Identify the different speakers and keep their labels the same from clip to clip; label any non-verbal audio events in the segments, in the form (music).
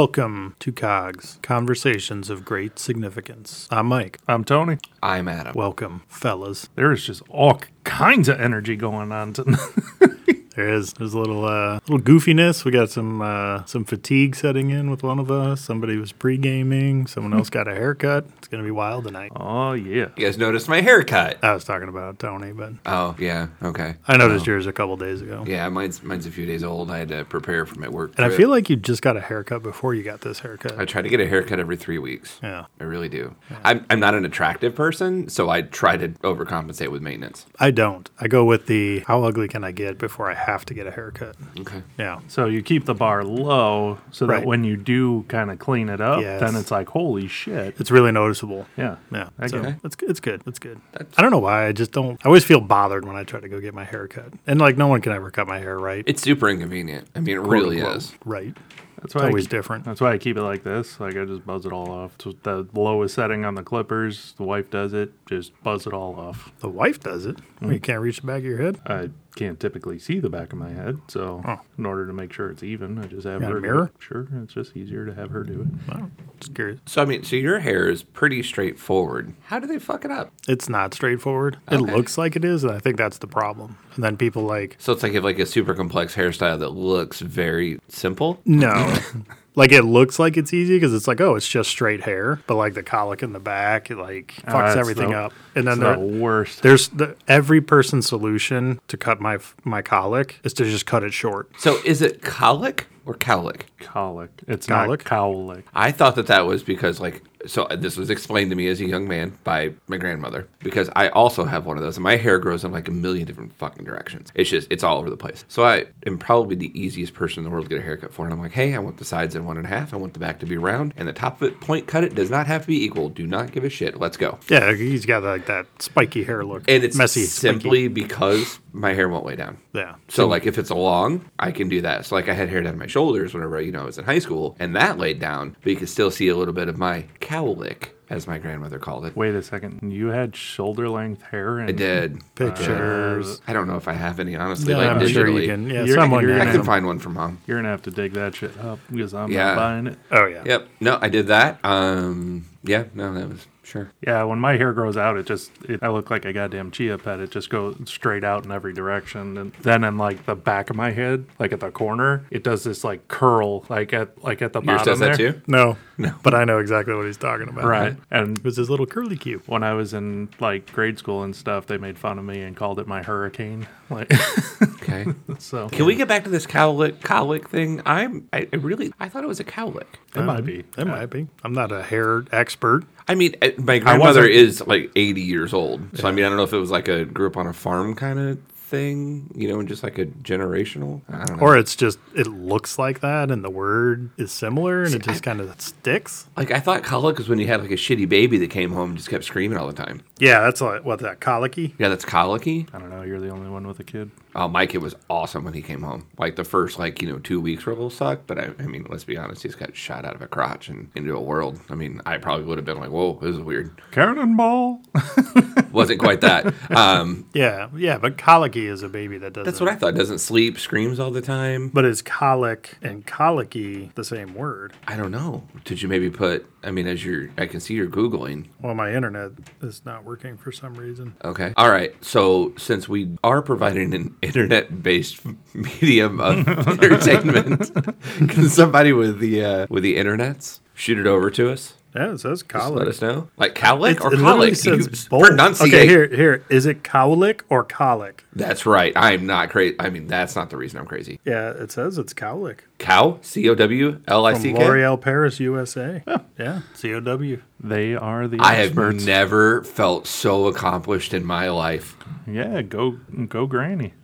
Speaker 1: Welcome to COGS, Conversations of Great Significance. I'm Mike.
Speaker 2: I'm Tony.
Speaker 3: I'm Adam.
Speaker 1: Welcome, fellas.
Speaker 2: There is just all kinds of energy going on tonight.
Speaker 1: There is there's a little uh, little goofiness. We got some uh, some fatigue setting in with one of us. Somebody was pre gaming. Someone else got a haircut. It's gonna be wild tonight.
Speaker 2: (laughs) Oh yeah.
Speaker 3: You guys noticed my haircut?
Speaker 1: I was talking about Tony, but
Speaker 3: Oh yeah, okay.
Speaker 1: I noticed yours a couple days ago.
Speaker 3: Yeah, mine's mine's a few days old. I had to prepare for my work.
Speaker 1: And I
Speaker 3: trip.
Speaker 1: feel like you just got a haircut before you got this haircut.
Speaker 3: I try to get a haircut every three weeks.
Speaker 1: yeah.
Speaker 3: I really do. I'm I'm not an attractive person, so I try to overcompensate with maintenance.
Speaker 1: I don't. I go with the how ugly can I get before I have to get a haircut.
Speaker 3: Okay.
Speaker 1: Yeah.
Speaker 2: So you keep the bar low so
Speaker 1: Right.
Speaker 2: that when you do kind of clean it up,
Speaker 1: Yes.
Speaker 2: then it's like holy shit.
Speaker 1: It's really noticeable.
Speaker 2: Yeah.
Speaker 1: Yeah,
Speaker 2: I
Speaker 1: so
Speaker 2: get it.
Speaker 1: it's it's good. It's good. I don't know why. I just don't. I always feel bothered when I try to go get my hair cut, and like no one can ever cut my hair right.
Speaker 3: It's super inconvenient. I mean, it really
Speaker 1: unquote,
Speaker 3: is.
Speaker 1: right. It's
Speaker 2: That's why I
Speaker 1: always
Speaker 2: keep-
Speaker 1: different.
Speaker 2: That's why I keep it like this. Like I just buzz it all off. It's the lowest setting on the clippers. The wife does it. Just buzz it all off.
Speaker 1: The wife does it. Well,
Speaker 2: Mm.
Speaker 1: you can't reach the back of your head.
Speaker 2: I can't typically see the back of my head, so
Speaker 1: Oh.
Speaker 2: in order to make sure it's even, I just have
Speaker 1: Got a
Speaker 2: her do it.
Speaker 1: mirror?
Speaker 2: Sure, it's just easier to have her do it.
Speaker 1: Wow. Just curious.
Speaker 3: So I mean, so your hair is pretty straightforward. How do they fuck it up?
Speaker 1: It's not straightforward. It
Speaker 3: Okay.
Speaker 1: looks like it is, and I think that's the problem. And then people like
Speaker 3: So it's like you have like a super complex hairstyle that looks very simple.
Speaker 2: (laughs)
Speaker 1: no. Like it looks like it's easy because it's like, oh, it's just straight hair, but like the colic in the back, it like fucks
Speaker 2: Ah, it's
Speaker 1: everything
Speaker 2: the-
Speaker 1: up. And then
Speaker 2: It's
Speaker 1: there-
Speaker 2: the worst.
Speaker 1: there's the, every person's solution to cut my my colic is to just cut it short.
Speaker 3: So is it colic or cowlick?
Speaker 2: colic. It's
Speaker 1: Colic?
Speaker 2: not cowlic.
Speaker 3: I thought that that was because like so this was explained to me as a young man by my grandmother because I also have one of those and my hair grows in like a million different fucking directions. It's just it's all over the place. So I am probably the easiest person in the world to get a haircut for and I'm like, hey, I want the sides at one and a half, I want the back to be round, and the top of it point cut. It does not have to be equal. Do not give a shit. Let's go.
Speaker 1: Yeah, he's got like that spiky hair look.
Speaker 3: And it's
Speaker 1: messy, spiky.
Speaker 3: simply because my hair won't lay down.
Speaker 1: yeah.
Speaker 3: So like if it's long, I can do that. So like I had hair down my shoulders whenever you know I was in high school, and that laid down, but you could still see a little bit of my cowlick, as my grandmother called it.
Speaker 2: Wait a second. You had shoulder length hair and
Speaker 3: I did.
Speaker 1: Pictures.
Speaker 3: I don't know if I have any honestly.
Speaker 1: Yeah,
Speaker 3: like
Speaker 1: I'm
Speaker 3: digitally,
Speaker 1: sure you can. Yeah,
Speaker 2: You're-
Speaker 1: someone
Speaker 2: you're-
Speaker 3: I
Speaker 1: did
Speaker 3: can
Speaker 1: them.
Speaker 3: find one from mom.
Speaker 2: You're gonna have to dig that shit up because I'm
Speaker 3: Yeah.
Speaker 2: not buying it.
Speaker 1: Oh yeah.
Speaker 3: Yep. No, I did that. Um. Yeah. No, that was sure.
Speaker 2: Yeah, when my hair grows out, it just it, I look like a goddamn chia pet. It just goes straight out in every direction, and then in like the back of my head, like at the corner, it does this like curl, like at like at the
Speaker 3: Yours
Speaker 2: bottom
Speaker 3: does that
Speaker 2: there.
Speaker 3: too.
Speaker 1: No, but I know exactly what he's talking about.
Speaker 2: Right,
Speaker 1: It
Speaker 2: and
Speaker 1: was his little curly cue.
Speaker 2: when I was in like grade school and stuff, they made fun of me and called it my hurricane. (laughs) Like
Speaker 1: (laughs)
Speaker 3: Okay.
Speaker 2: so,
Speaker 3: Can we get back to this cowlick cowlick thing? I'm. I I really. I thought it was a cowlick.
Speaker 2: it might be.
Speaker 1: Um, It might be. I'm not a hair expert.
Speaker 3: I mean, uh, my grandmother is like 80 years old. So, I mean, I don't know if it was like a grew up on a farm kind of thing, you know, and just like a generational. I don't know.
Speaker 1: Or it's just it looks like that and the word is similar and it just kind of sticks.
Speaker 3: like, I thought colic was when you had like a shitty baby that came home and just kept screaming all the time.
Speaker 1: Yeah, that's like what that colicky.
Speaker 3: Yeah, that's colicky.
Speaker 2: I don't know. You're the only one with a kid.
Speaker 3: Oh, my kid was awesome when he came home. Like, the first, like, you know, two weeks were a little sucked. But I, I mean, let's be honest, he's got shot out of a crotch and into a world. I mean, I probably would have been like, whoa, this is weird.
Speaker 2: Cannonball.
Speaker 3: Wasn't quite that. Um,
Speaker 1: Yeah, yeah, but colicky is a baby that doesn't.
Speaker 3: that's what I thought. Doesn't sleep, screams all the time.
Speaker 1: But is colic and colicky the same word?
Speaker 3: I don't know. Did you maybe put, I mean, as you're, I can see you're Googling.
Speaker 1: Well, my internet is not working for some reason.
Speaker 3: Okay. All right. So since we are providing an (laughs) internet-based
Speaker 1: (laughs)
Speaker 3: medium of entertainment, (laughs) can somebody with the uh, with the internets shoot it over to us?
Speaker 1: Yeah, it says
Speaker 3: Just let
Speaker 1: colic.
Speaker 3: us know, like cowlick
Speaker 1: It
Speaker 3: or
Speaker 1: literally
Speaker 3: colic. You
Speaker 1: says both.
Speaker 3: pronunciate.
Speaker 1: Okay, here, here. Is it cowlick or colic?
Speaker 3: That's right. I'm not crazy. I mean, that's not the reason I'm crazy.
Speaker 1: Yeah, it says it's cowlick.
Speaker 3: Cow. C O W L I Oh.
Speaker 1: From
Speaker 3: C K.
Speaker 1: L'Oreal Paris, USA. yeah, COW.
Speaker 2: They are the
Speaker 3: I have
Speaker 2: experts.
Speaker 3: never felt so accomplished in my life.
Speaker 2: yeah, go go, Granny.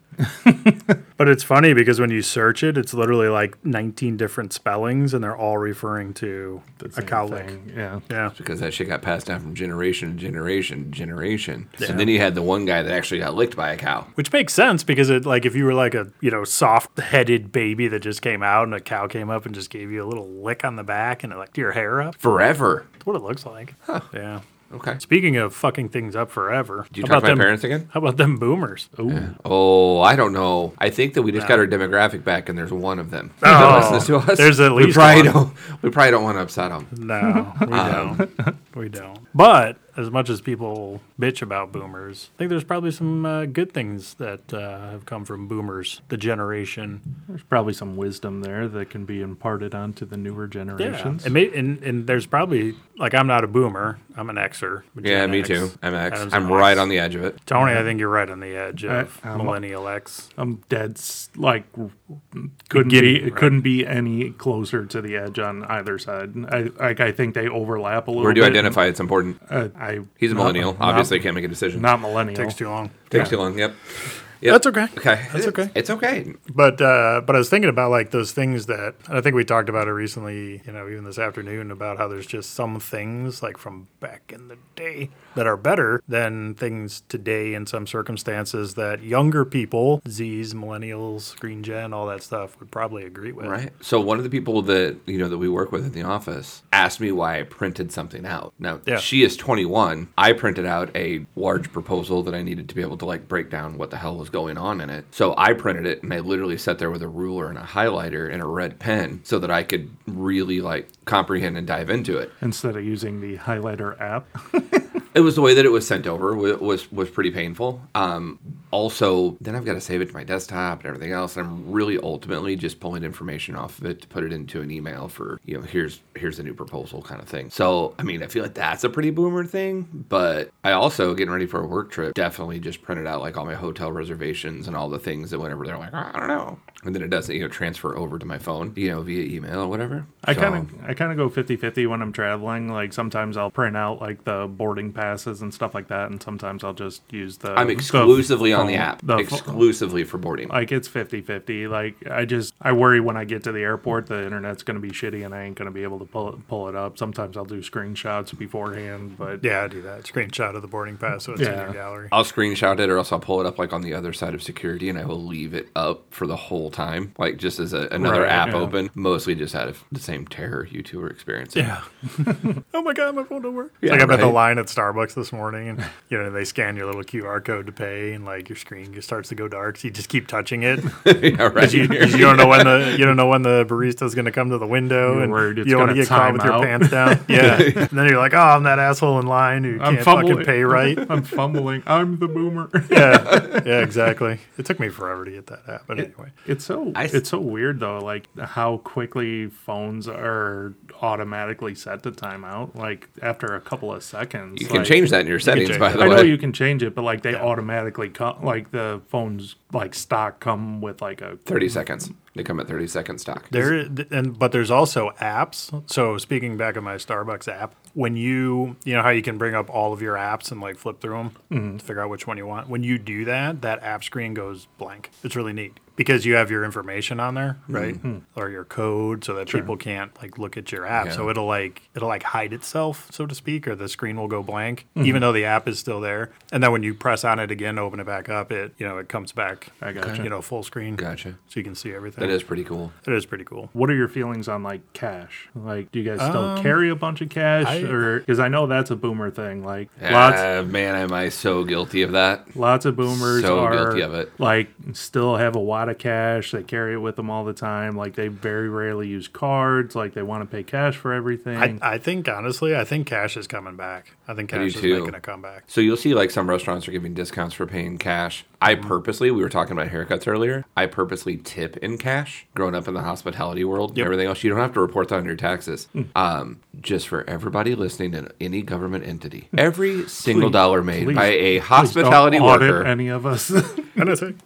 Speaker 1: But it's funny because when you search it, it's literally like 19 different spellings, and they're all referring to a
Speaker 2: Same
Speaker 1: cowlick.
Speaker 2: thing, Yeah.
Speaker 1: Yeah.
Speaker 3: because that shit got passed down from generation to generation to generation.
Speaker 1: Yeah.
Speaker 3: And then you had the one guy that actually got licked by a cow.
Speaker 1: Which makes sense because it like if you were like a you know soft headed baby that just came out and a cow came up and just gave you a little lick on the back and it licked your hair up.
Speaker 3: Forever.
Speaker 1: That's what it looks like. Yeah.
Speaker 3: Okay.
Speaker 1: Speaking of fucking things up forever,
Speaker 3: Do you
Speaker 1: how
Speaker 3: talk to my
Speaker 1: them,
Speaker 3: parents again?
Speaker 1: How about them boomers?
Speaker 2: Ooh.
Speaker 3: Oh, I don't know. I think that we just got our demographic back, and there's one of them
Speaker 1: Oh,
Speaker 3: that listens to us.
Speaker 1: there's at
Speaker 3: we
Speaker 1: least
Speaker 3: probably
Speaker 1: one.
Speaker 3: don't. We probably don't want to upset them.
Speaker 1: No,
Speaker 3: (laughs)
Speaker 1: we
Speaker 3: Um.
Speaker 1: don't. We don't. But as much as people bitch about boomers, I think there's probably some uh, good things that uh, have come from boomers, the generation.
Speaker 2: There's probably some wisdom there that can be imparted onto the newer generations.
Speaker 1: And, may, and and there's probably like I'm not a boomer. I'm an Xer. a
Speaker 3: Yeah,
Speaker 1: Gen
Speaker 3: me
Speaker 1: X.
Speaker 3: too. I'm X.
Speaker 1: Adam's
Speaker 3: I'm
Speaker 1: an
Speaker 3: right
Speaker 1: X.
Speaker 3: on the edge of it.
Speaker 1: Tony, I think you're right on the edge of
Speaker 2: I- I'm-
Speaker 1: millennial X.
Speaker 2: I'm dead s- Um, like couldn't
Speaker 1: Beginning,
Speaker 2: be
Speaker 1: right.
Speaker 2: couldn't be any closer to the edge on either side. I like I think they overlap a little.
Speaker 3: Where do you
Speaker 2: bit.
Speaker 3: identify? It's important.
Speaker 2: Uh, I
Speaker 3: He's a
Speaker 2: not-
Speaker 3: millennial.
Speaker 2: not-
Speaker 3: Obviously, can't make a decision.
Speaker 2: not millennial.
Speaker 1: Takes too long.
Speaker 3: Takes too long. Yep. Yep.
Speaker 1: That's okay.
Speaker 3: Okay.
Speaker 1: That's okay.
Speaker 3: It's okay.
Speaker 1: But uh, but I was thinking about like those things that and I think we talked about it recently, you know, even this afternoon about how there's just some things like from back in the day that are better than things today in some circumstances that younger people, Z's, millennials, green gen, all that stuff would probably agree with.
Speaker 3: Right. So one of the people that you know that we work with in the office asked me why I printed something out. Now
Speaker 1: Yeah.
Speaker 3: she is 21. I printed out a large proposal that I needed to be able to like break down what the hell was going on in it. So I printed it and I literally sat there with a ruler and a highlighter and a red pen so that I could really like comprehend and dive into it.
Speaker 2: Instead of using the highlighter app,
Speaker 3: It was the way that it was sent over wa- was was pretty painful. Um, also, then I've got to save it to my desktop and everything else. And I'm really ultimately just pulling information off of it to put it into an email for you know here's here's a new proposal kind of thing. So I mean, I feel like that's a pretty boomer thing. But I also getting ready for a work trip definitely just printed out like all my hotel reservations and all the things that whenever they're like "Ah, I don't know, and then it doesn't you know transfer over to my phone you know via email or whatever.
Speaker 2: I
Speaker 3: So-
Speaker 2: kind of I kind of go 50-50 when I'm traveling. Like sometimes I'll print out like the boarding passes and stuff like that, and sometimes I'll just use the.
Speaker 3: I'm
Speaker 2: the
Speaker 3: exclusively on the
Speaker 2: phone-
Speaker 3: app,
Speaker 2: the pho-
Speaker 3: exclusively for boarding.
Speaker 2: like it's 50-50 like i just i worry when i get to the airport the internet's going to be shitty and i ain't going to be able to pull it, pull it up sometimes i'll do screenshots beforehand but
Speaker 1: Yeah, I do that. Screenshot of the boarding pass so it's in
Speaker 2: Yeah.
Speaker 1: your gallery.
Speaker 3: I'll screenshot it or else I'll pull it up like on the other side of security and I will leave it up for the whole time. Like just as a, another
Speaker 2: Right,
Speaker 3: app
Speaker 2: yeah.
Speaker 3: open, mostly just out of the same terror you two are experiencing.
Speaker 1: Yeah. (laughs) oh my god, my phone don't work.
Speaker 3: Yeah,
Speaker 1: like I'm at the
Speaker 3: right.
Speaker 1: line at Starbucks this morning, and you know they scan your little QR code to pay, and like your screen just starts to go dark. So you just keep touching it.
Speaker 3: (laughs) Yeah, right.
Speaker 1: you, you don't know when the you don't know when the barista's going to come to the window,
Speaker 2: You're
Speaker 1: and
Speaker 2: worried it's
Speaker 1: you want to
Speaker 2: gonna
Speaker 1: get caught
Speaker 2: time
Speaker 1: with
Speaker 2: out.
Speaker 1: your pants
Speaker 2: (laughs)
Speaker 1: down. Yeah, and then you're like, oh, I'm that asshole in line who
Speaker 2: I'm
Speaker 1: can't fucking
Speaker 2: fumbling.
Speaker 1: pay
Speaker 2: (laughs)
Speaker 1: right.
Speaker 2: i'm fumbling i'm the boomer (laughs)
Speaker 1: Yeah, yeah, exactly. It took me forever to get that app, but anyway,
Speaker 2: it's so
Speaker 3: I s-
Speaker 2: it's so weird though like how quickly phones are automatically set to timeout like after a couple of seconds
Speaker 3: You can
Speaker 2: like-
Speaker 3: change that in your settings,
Speaker 1: change
Speaker 3: by
Speaker 1: it.
Speaker 3: the
Speaker 2: I
Speaker 3: way.
Speaker 2: know you can change it, but like they automatically come, like the phones, like stock come with like a
Speaker 3: 30 seconds. They come at 30 second stock.
Speaker 1: There th- and but there's also apps. So speaking back of my Starbucks app, when you you know how you can bring up all of your apps and like flip through them
Speaker 3: Mm-hmm.
Speaker 1: to figure out which one you want. When you do that, that app screen goes blank. It's really neat because you have your information on there,
Speaker 3: Mm-hmm.
Speaker 1: right? Or your code so that people can't like look at your app. So
Speaker 3: Yeah.
Speaker 1: it'll like it'll like hide itself, so to speak, or the screen will go blank
Speaker 3: Mm-hmm.
Speaker 1: even though the app is still there. And then when you press on it again, open it back up, it you know, it comes back
Speaker 2: I gotcha.
Speaker 1: you know, full screen.
Speaker 3: Gotcha.
Speaker 1: So you can see everything.
Speaker 3: That is pretty cool.
Speaker 1: It is pretty cool.
Speaker 2: What are your feelings on like cash? Like, do you guys still carry a bunch of cash,
Speaker 1: I-
Speaker 2: or because Um, I know that's a boomer thing. Like, lots
Speaker 3: Ah, man, am I so guilty of that?
Speaker 2: lots of boomers
Speaker 3: so
Speaker 2: are
Speaker 3: guilty of it.
Speaker 2: like still have a wad of cash. They carry it with them all the time. Like, they very rarely use cards. Like, they want to pay cash for everything.
Speaker 1: I, I think honestly, I think cash is coming back. I think
Speaker 3: I do
Speaker 1: cash is
Speaker 3: too.
Speaker 1: making a comeback.
Speaker 3: So you'll see like some restaurants are giving discounts for paying cash. I
Speaker 2: Mm-hmm.
Speaker 3: purposely, we were talking about haircuts earlier. I purposely tip in cash. Growing up in the hospitality world and everything else, you don't have to report that on your taxes.
Speaker 2: Mm.
Speaker 3: Um, just for everybody listening in any government entity, every single dollar made
Speaker 2: Mm. please-
Speaker 3: by
Speaker 2: Please
Speaker 3: a
Speaker 2: don't
Speaker 3: hospitality
Speaker 2: audit
Speaker 3: worker,
Speaker 2: Any of us? (laughs)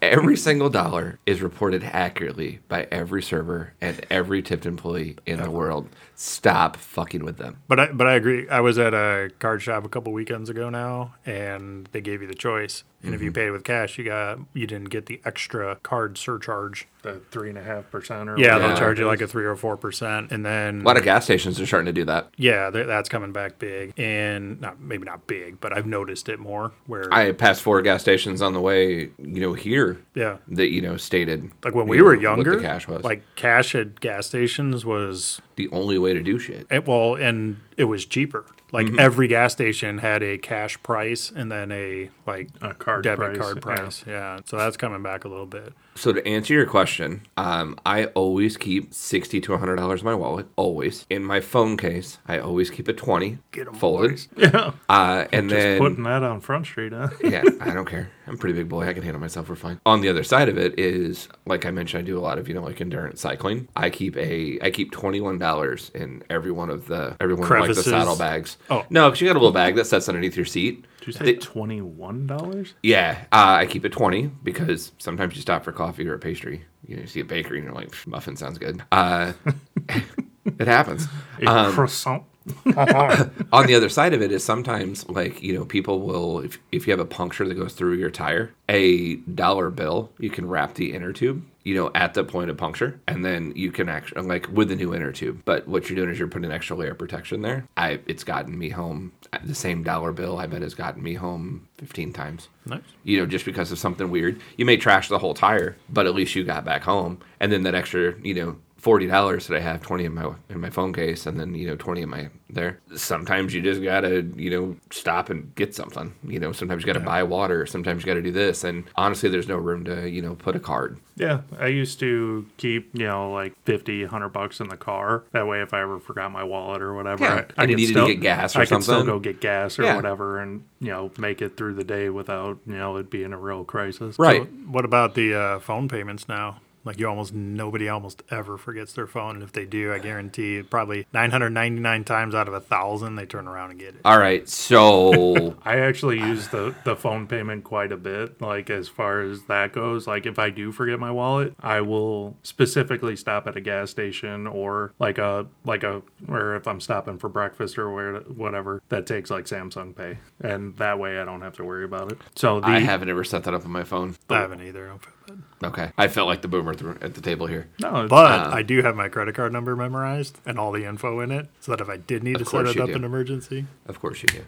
Speaker 3: every single dollar is reported accurately by every server and every tipped employee in the world. Stop fucking with them.
Speaker 1: But I but I agree. I was at a card shop a couple weekends ago now, and they gave you the choice. And if you
Speaker 3: Mm-hmm.
Speaker 1: paid with cash, you got you didn't get the extra card surcharge.
Speaker 2: the three and a half percent or
Speaker 1: Yeah,
Speaker 3: Yeah.
Speaker 1: they'll charge you like a three or four percent, and then
Speaker 3: A lot of gas stations are starting to do that.
Speaker 1: yeah, th- that's coming back big. And not maybe not big, but I've noticed it more. Where
Speaker 3: I passed four gas stations on the way, you know, here
Speaker 1: yeah,
Speaker 3: that you know stated
Speaker 1: like when
Speaker 3: you
Speaker 1: we
Speaker 3: know,
Speaker 1: were
Speaker 3: what
Speaker 1: younger,
Speaker 3: the cash was like
Speaker 1: like cash at gas stations was
Speaker 3: the only way to do shit.
Speaker 1: It, well, and it was cheaper. Like
Speaker 2: Mm-hmm.
Speaker 1: every gas station had a cash price and then a like
Speaker 2: A card
Speaker 1: debit
Speaker 2: price,
Speaker 1: card
Speaker 2: yeah.
Speaker 1: price. Yeah. So that's coming back a little bit.
Speaker 3: So to answer your question, um, I always keep sixty to hundred dollars in my wallet. Always in my phone case. I always keep a twenty
Speaker 1: Get 'em, (laughs)
Speaker 3: folded.
Speaker 2: Yeah.
Speaker 3: Uh, and
Speaker 2: Just
Speaker 3: then
Speaker 2: putting that on Front Street, huh? (laughs)
Speaker 3: yeah, I don't care. I'm a pretty big boy. I can handle myself. We're fine. On the other side of it is, like I mentioned, I do a lot of you know like endurance cycling. I keep a I keep twenty one dollars in every one of the every one of like the
Speaker 1: Crevices.
Speaker 3: saddle bags.
Speaker 1: Oh.
Speaker 3: no, because you got a little bag that sets underneath your seat.
Speaker 2: Did you
Speaker 3: They-
Speaker 2: say twenty one dollars?
Speaker 3: yeah, uh, I keep it 20 because sometimes you stop for coffee or a pastry. You, know, you see a bakery and you're like, "Pff, muffin sounds good. Uh, (laughs) it happens.
Speaker 2: A
Speaker 3: Um,
Speaker 2: croissant.
Speaker 3: On the other side of it is sometimes like, you know, people will, if, if you have a puncture that goes through your tire, a dollar bill, you can wrap the inner tube, you know, at the point of puncture. And then you can actually, like with the new inner tube. But what you're doing is you're putting an extra layer of protection there. I It's gotten me home. The same dollar bill, I bet, has gotten me home 15 times
Speaker 1: Nice.
Speaker 3: you know, just because of something weird. You may trash the whole tire, but at least you got back home. And then that extra, you know, forty dollars that I have, twenty in my in my phone case, and then you know, twenty in my there. Sometimes you just gotta, you know, stop and get something. You know, sometimes you gotta buy water. Sometimes you gotta do this. And honestly, there's no room to, you know, put a card.
Speaker 2: Yeah, I used to keep, you know, like 50, 100 bucks in the car. That way, if I ever forgot my wallet or whatever,
Speaker 3: Yeah,
Speaker 2: I, I
Speaker 3: and you
Speaker 2: could
Speaker 3: needed to
Speaker 2: still
Speaker 3: get gas or
Speaker 2: I could still
Speaker 3: something.
Speaker 2: go get gas or
Speaker 3: Yeah.
Speaker 2: whatever and, you know, make it through the day without, you know, it being a real crisis.
Speaker 3: Right.
Speaker 1: What about the uh, phone payments now? Like you almost nobody almost ever forgets their phone, and if they do, I guarantee probably 999 times out of a thousand they turn around and get it.
Speaker 3: All right, so
Speaker 2: I actually use the, the phone payment quite a bit. Like, as far as that goes, like, if I do forget my wallet, I will specifically stop at a gas station or like a, like a, or if I'm stopping for breakfast or where, whatever, that takes like Samsung Pay. And that way I don't have to worry about it. So the,
Speaker 3: I haven't ever set that up on my phone.
Speaker 2: Oh.
Speaker 1: I haven't either. I don't feel bad.
Speaker 3: Okay, I felt like the boomer th- at the table here.
Speaker 2: no, it's-
Speaker 1: But I do have my credit card number memorized and all the info in it, so that if I did need to set
Speaker 3: course
Speaker 1: it
Speaker 3: you
Speaker 1: up
Speaker 3: do.
Speaker 1: in emergency,
Speaker 3: Of course you do.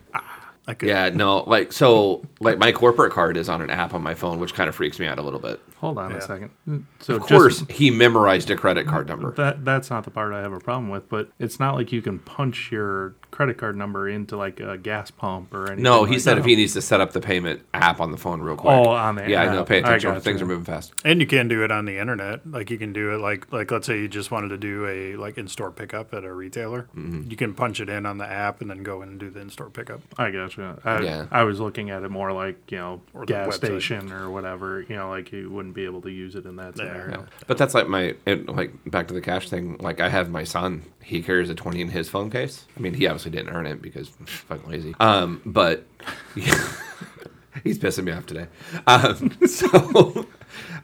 Speaker 1: I could.
Speaker 3: Yeah, no, like so, like my corporate card is on an app on my phone, which kind of freaks me out a little bit.
Speaker 2: Hold on
Speaker 1: Yeah.
Speaker 2: a second. So
Speaker 3: Of course, he memorized a credit card number.
Speaker 2: that that's not the part I have a problem with, but it's not like you can punch your credit card number into like a gas pump or anything.
Speaker 3: No, he
Speaker 2: like
Speaker 3: said
Speaker 2: that.
Speaker 3: if he needs to set up the payment app on the phone real quick.
Speaker 2: Oh, on the
Speaker 3: yeah, I know.
Speaker 2: app.
Speaker 3: Pay
Speaker 2: I
Speaker 3: attention.
Speaker 2: gotcha.
Speaker 3: Things are moving fast.
Speaker 1: And you can do it on the internet. Like you can do it like like let's say you just wanted to do a like in store pickup at a retailer.
Speaker 3: Mm-hmm.
Speaker 1: You can punch it in on the app and then go in and do the in store pickup.
Speaker 2: I gotcha. I,
Speaker 3: Yeah.
Speaker 2: I was looking at it more like, you know,
Speaker 1: Or the
Speaker 2: gas
Speaker 1: website.
Speaker 2: station or whatever, you know, like you wouldn't be able to use it in that scenario.
Speaker 3: Yeah. But that's like my and like back to the cash thing. Like I have my son. He carries a twenty in his phone case. I mean, he obviously didn't earn it because fucking lazy. Um, but (laughs) he's pissing me off today. Um, (laughs) so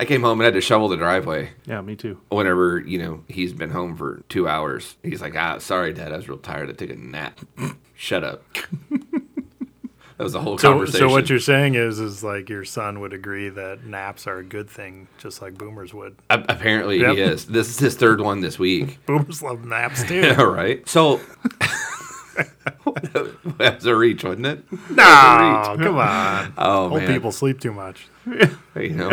Speaker 3: I came home and had to shovel the driveway.
Speaker 2: Yeah, me
Speaker 1: (laughs)
Speaker 2: too.
Speaker 3: whenever you know he's been home for two hours, he's like, "Ah, sorry, Dad, I was real tired. I took a nap. (laughs) Shut up." (laughs) that was the whole
Speaker 1: So,
Speaker 3: conversation.
Speaker 1: so what you're saying is, is like your son would agree that naps are a good thing, just like boomers would. (laughs)
Speaker 3: A- apparently
Speaker 1: Yep.
Speaker 3: he is. This is his third one
Speaker 1: (laughs)
Speaker 3: this week.
Speaker 1: Boomers love naps too. (laughs)
Speaker 3: All (laughs) right. So that was a reach, wasn't it?
Speaker 1: no, come on.
Speaker 3: (laughs) Oh
Speaker 1: Old
Speaker 3: man,
Speaker 1: people sleep too much.
Speaker 3: you
Speaker 1: (laughs)
Speaker 3: know,